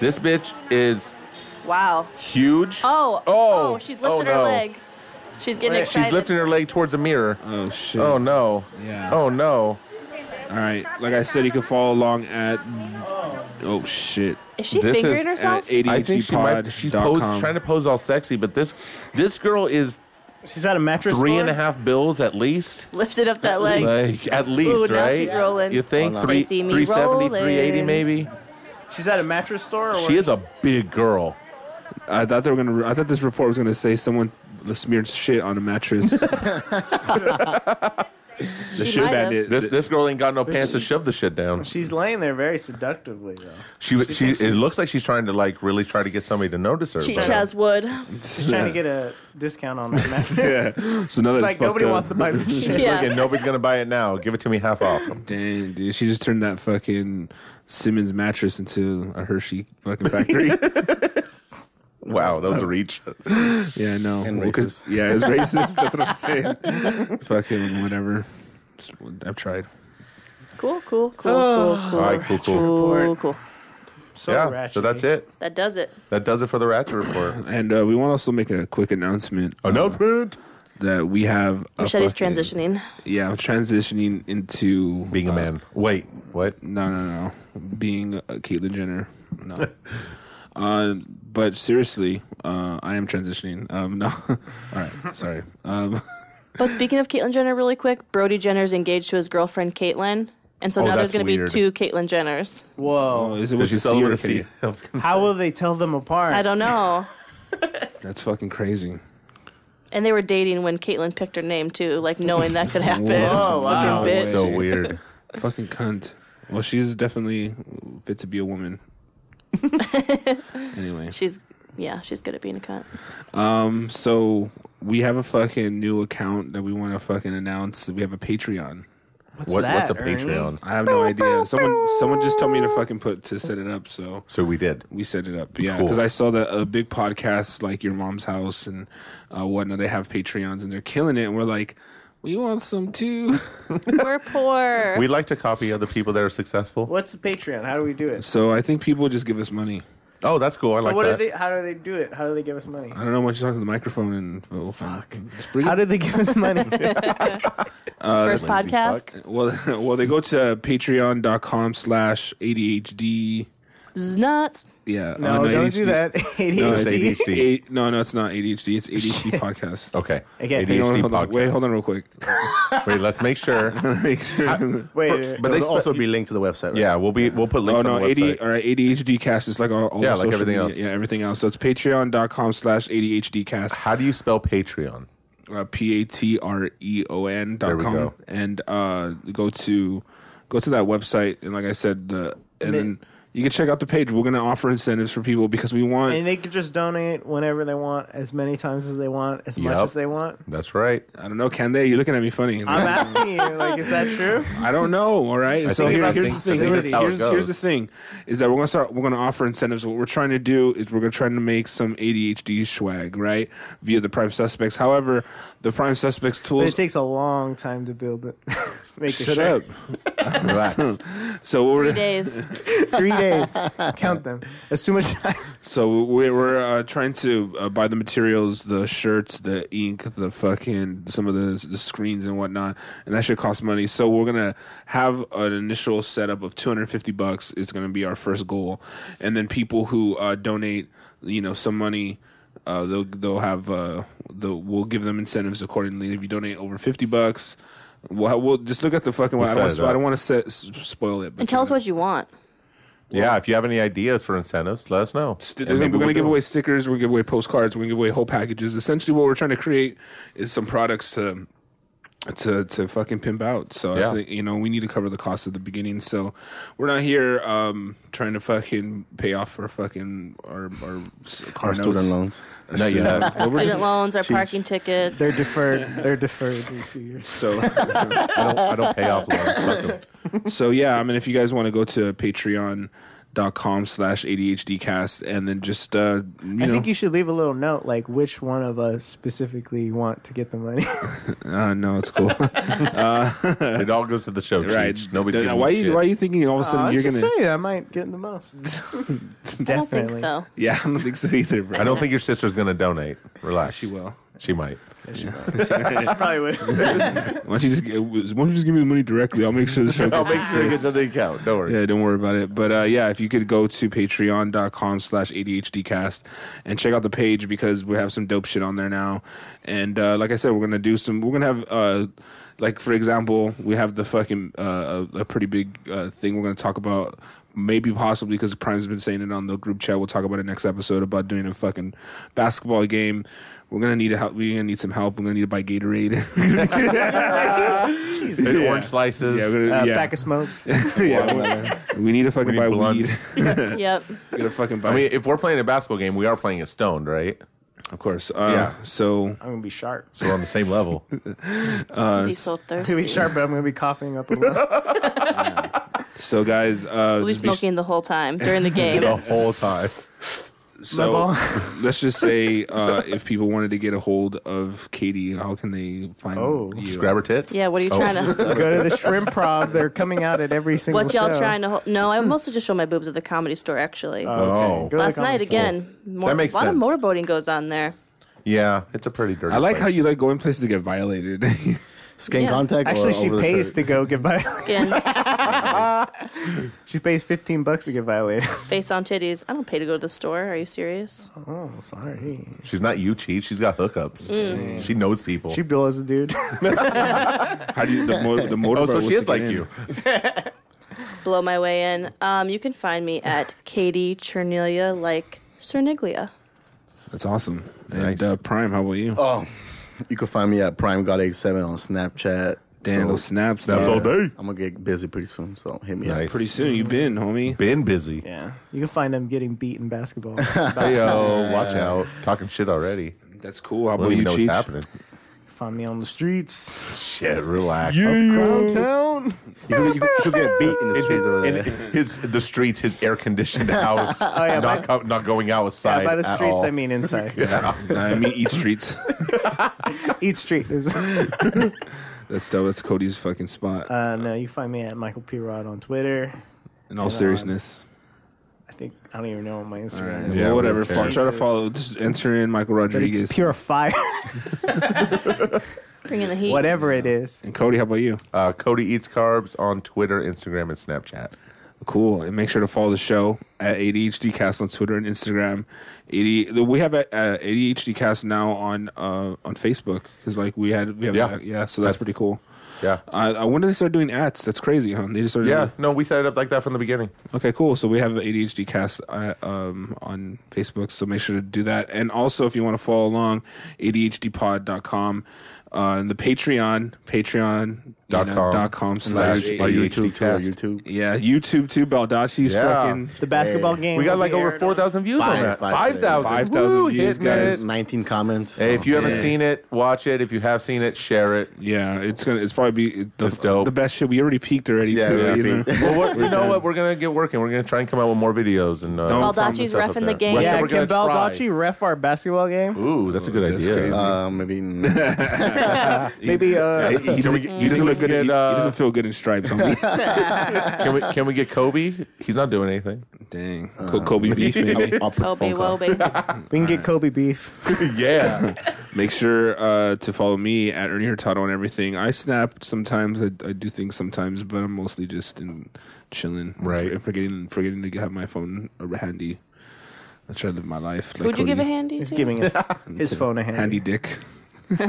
this bitch is Wow. huge. Oh. Oh. she's lifting Oh, her no. leg. She's getting excited. She's lifting her leg towards a mirror. Oh shit. Oh no. Yeah. Oh no. All right. Like I said, you can follow along at. Oh shit. Is she This is fingering at At herself? ADHD I think she might. She's pose, trying to pose all sexy, but this this girl is She's at a mattress three store? and a half bills at least. Lifted up that leg. Like at least, Ooh, right? now she's rolling. You think Hold on. three, They see me 370, 380 rolling. maybe? She's at a mattress store? Or She is a big girl. I thought they were gonna. I thought this report was gonna say someone smeared shit on a [LAUGHS] mattress. the shit might have. bandit. This this girl ain't got no pants to shove the shit down. [LAUGHS] She's laying there very seductively, though. She she it looks like she's trying to like really try to get somebody to notice her. She but- [LAUGHS] has wood. She's trying to get a discount on that mattress. yeah. So now that's Like, fucked nobody up. wants to buy [LAUGHS] [LAUGHS] this shit. Okay, Yeah. nobody's gonna buy it now. Give it to me half off. Dang, dude. She just turned that fucking Simmons mattress into a Hershey fucking [LAUGHS] factory. [LAUGHS] Wow, that was a reach. yeah, I know. And Well, 'cause- racist. yeah, it's racist. That's [LAUGHS] what I'm saying. fucking whatever. Just- I've tried. Cool, cool, cool, cool, cool. All right, cool, cool. Cool, cool. So Yeah, so ratchety. that's it. That does it. That does it for the Ratchet Report. And uh, we want to also make a quick announcement. uh, Announcement. that we have. a Machete's fucking- transitioning. Yeah, I'm transitioning into uh, Being a man. Wait, what? No, no, no. Being uh, Caitlyn Jenner. [LAUGHS] No. uh, but seriously, uh, I am transitioning. Um, no. [LAUGHS] All right. Sorry. Um, [LAUGHS] But speaking of Caitlyn Jenner, really quick, Brody Jenner's engaged to his girlfriend Caitlyn, and so Oh, now that's there's going to be weird. two Caitlyn Jenners. Oh, Whoa. is it Did with she the sell C it or with a the K? C? [LAUGHS] I was gonna- How will they tell them apart? I [LAUGHS] don't know. That's fucking crazy. and they were dating when Caitlyn picked her name too, like knowing [LAUGHS] that could happen. Whoa, wow. Fucking Oh, bitch. Oh, So weird. [LAUGHS] Fucking cunt. Well, she's definitely fit to be a [LAUGHS] woman. anyway, She's yeah, she's good at being a cunt. um, so we have a fucking new account that we want to fucking announce. We have a Patreon. What's What, that, what's a Ernie? Patreon? I have no idea. Someone, someone just told me to fucking put to set it up. So So we did. we set it up. Yeah, Cool. because I saw that a big uh, podcast like Your Mom's House and uh, whatnot. They have Patreons and they're killing it. And we're like, We want some too. [LAUGHS] We're [LAUGHS] poor. We like to copy other people that are successful. What's the Patreon? How do we do it? So So I think people just give us money. Oh, that's cool. I like what that. do they? How do they do it? How do they give us money? I don't know. Why don't you talk to the microphone and oh, fuck. Just bring How it. do they give us [LAUGHS] money? First podcast. well, [LAUGHS] well, they go to patreon.com slash ADHD. This is nuts. Yeah. uh, no, Oh, don't ADHD. do that. [LAUGHS] No, it's ADHD. ADHD. ADHD. A- no, no, it's not ADHD. It's ADHD podcast. Okay. Again, Hang on, ADHD hold on. podcast. Wait, hold on real [LAUGHS] quick. Wait, let's make sure. Make sure. Wait, But they It'll also be linked to the website. Right? Yeah, we'll be we'll put links Oh no, on the website. AD, all right, ADHD cast is like all, all Yeah, the like social everything media. else. Yeah, everything else. So it's patreon.com slash ADHD cast. How do you spell Patreon? uh, p-a-t-r-e-o-n E There dot we com go. and uh, go to go to that website and like i said the and then you can check out the page we're going to offer incentives for people because we want and they can just donate whenever they want, as many times as they want, as much Yup. as they want. That's right. i don't know can they you're looking at me funny I'm asking you, like, is [LAUGHS] that true? I don't know. All right. so think- here- I here's think- the thing. I think that's how it Here's, here's goes. the thing: is that we're gonna start. We're gonna offer incentives. What we're trying to do is we're gonna try to make some ADHD swag, right, via the Prime Suspects. However, the Prime Suspects But tools. it takes a long time to build it. [LAUGHS] Make it shut up. [LAUGHS] so what Three we're days. Three days. Count them. That's too much [LAUGHS] time. So we we're uh, trying to uh, buy the materials, the shirts, the ink, the fucking some of the the screens and whatnot, and that should cost money. So we're gonna have an initial setup of two hundred fifty bucks is gonna be our first goal, and then people who uh, donate, you know, some money. Uh, they'll they'll have uh, the we'll give them incentives accordingly. If you donate over fifty bucks, we'll, we'll just look at the fucking. I, don't set wanna, it spo- I up. don't want to set, s- spoil it. But And tell us what you want. yeah, if you have any ideas for incentives, let us know. St- we're And maybe going we'll to give do away it. stickers. We're going to give away postcards. We're going to give away whole packages. Essentially, what we're trying to create is some products to to to fucking pimp out. So I Yeah. think you know we need to cover the cost at the beginning. So we're not here um, trying to fucking pay off for fucking our our s- car Our notes. student loans. Our No, you student- [LAUGHS] haven't. Well, we're Student just- loans, our parking tickets. They're deferred. They're deferred in two years. So I don't, I don't pay off loans. Fuck 'em. so yeah, I mean, if you guys want to go to Patreon dot com slash adhdcast and then just uh you I know think you should leave a little note, like which one of us specifically you want to get [LAUGHS] the money. [LAUGHS] uh no it's [LAUGHS] cool [LAUGHS] It all goes to the show. right Cheech. Nobody's Then giving why a you shit. why are you thinking all of a sudden I'm you're just gonna saying, I might get [LAUGHS] the most. I don't think so. Yeah, [LAUGHS] I don't think so either, bro. I don't think your sister's gonna donate. Relax. she will. She might. Probably would. Why don't you just gi- why don't you just give me the money directly? I'll make sure the show. I'll gets make sure it fixed. gets on the account. Don't worry. Yeah, don't worry about it. But uh, yeah, if you could go to patreon.com slash ADHDcast and check out the page because we have some dope shit on there now. And uh, like I said, we're going to do some, we're going to have, uh, like, for example, we have the fucking, uh, a, a pretty big uh, thing we're going to talk about. Maybe possibly because Prime's been saying it on the group chat. We'll talk about it next episode about doing a fucking basketball game. We're gonna need a help. We're gonna need some help. We're gonna need to buy Gatorade. [LAUGHS] And Orange slices. Yeah, we're gonna- Uh, yeah. Pack of [LAUGHS] smokes. yeah, we- we need to fucking [LAUGHS] We need buy blunts. weed. Yep. We gotta fucking buy. I mean, if we're playing a basketball game, we are playing it stoned, right? of course. Uh, Yeah. So [LAUGHS] I'm gonna be sharp. So we're on the same level. I'd be so I'm gonna thirsty. be sharp, but I'm gonna be coughing up [LAUGHS] a lot. so guys, uh, We'll be just be- smoking the whole time during the game. the whole time. so ball. [LAUGHS] let's just say uh, if people wanted to get a hold of Katie, how can they find Oh. you? Just grab her tits. Yeah, what are you Oh. trying [LAUGHS] to? [LAUGHS] Go to the shrimp prob. They're coming out at every single. What y'all show. trying to? Ho- no, I mostly just show my boobs at the comedy store. Actually, Oh. Go to the last night comedy store. again. More, That makes a lot sense. of motorboating goes on there. Yeah, it's a pretty dirty. I like place. how you like going places to get violated. [LAUGHS] Skin Yeah. contact. Actually, or she over the pays shirt? to go get by. Skin, [LAUGHS] She pays 15 bucks to get [LAUGHS] violated. face on titties. I don't pay to go to the store. Are you serious? Oh, sorry. She's not you, Cheech. She's got hookups. Mm. She knows people. She blows a dude. how do you the, mo- the motor? oh, bar was so she to is get like in. you. Blow my way in. Um, you can find me at Katie Chernelia, like Cerniglia. That's awesome. And Nice. uh, Prime, how about you? Oh, you can find me at Prime God 87 on Snapchat. Damn, So, those snaps. That's dog. all day. I'm gonna get busy pretty soon, so hit me Nice. up. Pretty soon, you've been, homie. Been busy. yeah. [LAUGHS] You can find him getting beat in [LAUGHS] basketball. Hey, [LAUGHS] yo, watch out. Talking shit already. That's cool. How Well, about you you, know what's Cheech? [LAUGHS] happening. find me on the streets. Shit, relax. Crown Town. You, could- you, could- you could get beat in the streets over In there. [LAUGHS] his the streets, his air [LAUGHS] conditioned house, Oh, yeah, not co- not going outside. Yeah, by the at streets, all. [LAUGHS] I mean [LAUGHS] inside. I mean, eat streets. Uh, Each street is. That's dope. That's Cody's fucking spot. Uh, no, you find me at Michael P. Rod on Twitter. in all seriousness. I think I don't even know what my Instagram Alright, is. Yeah, well, whatever. we don't care. Fuck, Try to Jesus. follow. Just enter in Michael But it's Rodriguez. pure [LAUGHS] fire, Bring in the heat. whatever it is. and Cody, how about you? Uh, Cody eats carbs on Twitter, Instagram, and Snapchat. Cool. And make sure to follow the show at ADHDcast on Twitter and Instagram. AD, we have a, uh ADHDcast now on uh, on Facebook because like we had we have Yeah. yeah, so that's, That's- pretty cool. Yeah. I, I when did they start doing ads? That's crazy, huh? They just started. Yeah, no, we set it up like that from the beginning. Okay, cool. So we have an ADHD cast uh, um, on Facebook, so make sure to do that. And also, if you want to follow along, ADHDpod.com uh, and the Patreon, patreon.com Dot com. dot com slash slash Our ADHD YouTube, too, our cast. YouTube. Yeah, YouTube too. Baldacci's Yeah. fucking. The basketball game. We got will like be over aired four thousand views on Five, that. five Five today. thousand. 5,000 Woo, views, hitting guys. it. 19 comments. Hey, if you haven't Yeah. seen it, watch it. If you have seen it, share it. Yeah, it's gonna. It's probably be the, It's dope. the best shit. We already peaked already. Yeah, too, yeah, you know? [LAUGHS] Well, what, you know what? We're gonna get working. We're gonna try and come out with more videos and. Uh, Don't- Baldacci's Stuff up refing the there. game. Right. Yeah, We're can gonna try. Baldacci ref our basketball game? Ooh, that's a good That's idea. crazy. Uh, [LAUGHS] maybe. Maybe uh, he, he doesn't, he doesn't look good. Get, in, he, uh, he doesn't feel good in stripes. [LAUGHS] Homie. Can we can we get Kobe? He's not doing anything. Dang, Co- Uh, Kobe beef. [LAUGHS] Maybe. I'll put the Kobe, phone whoa, call. baby. we can get Kobe beef. yeah. Make sure uh, to follow me at Ernie Hurtado on everything. I snap sometimes. I, I do things sometimes, but I'm mostly just in chilling, Right. And forgetting forgetting to have my phone handy. I try to live my life. Like [LAUGHS] Would you give a Cody. handy? He's to? giving his, [LAUGHS] his phone a hand. handy dick? [LAUGHS] All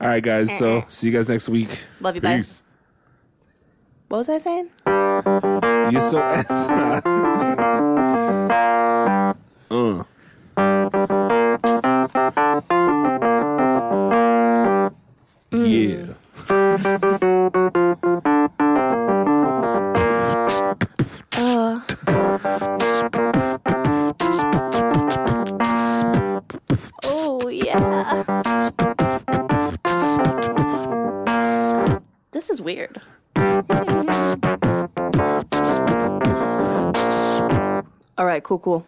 right, guys. So see you guys next week. Love you, bye. Peace. What was I saying? You so. [LAUGHS] [LAUGHS] uh. Yeah. Uh. Oh, yeah. This is weird. All right, cool, cool.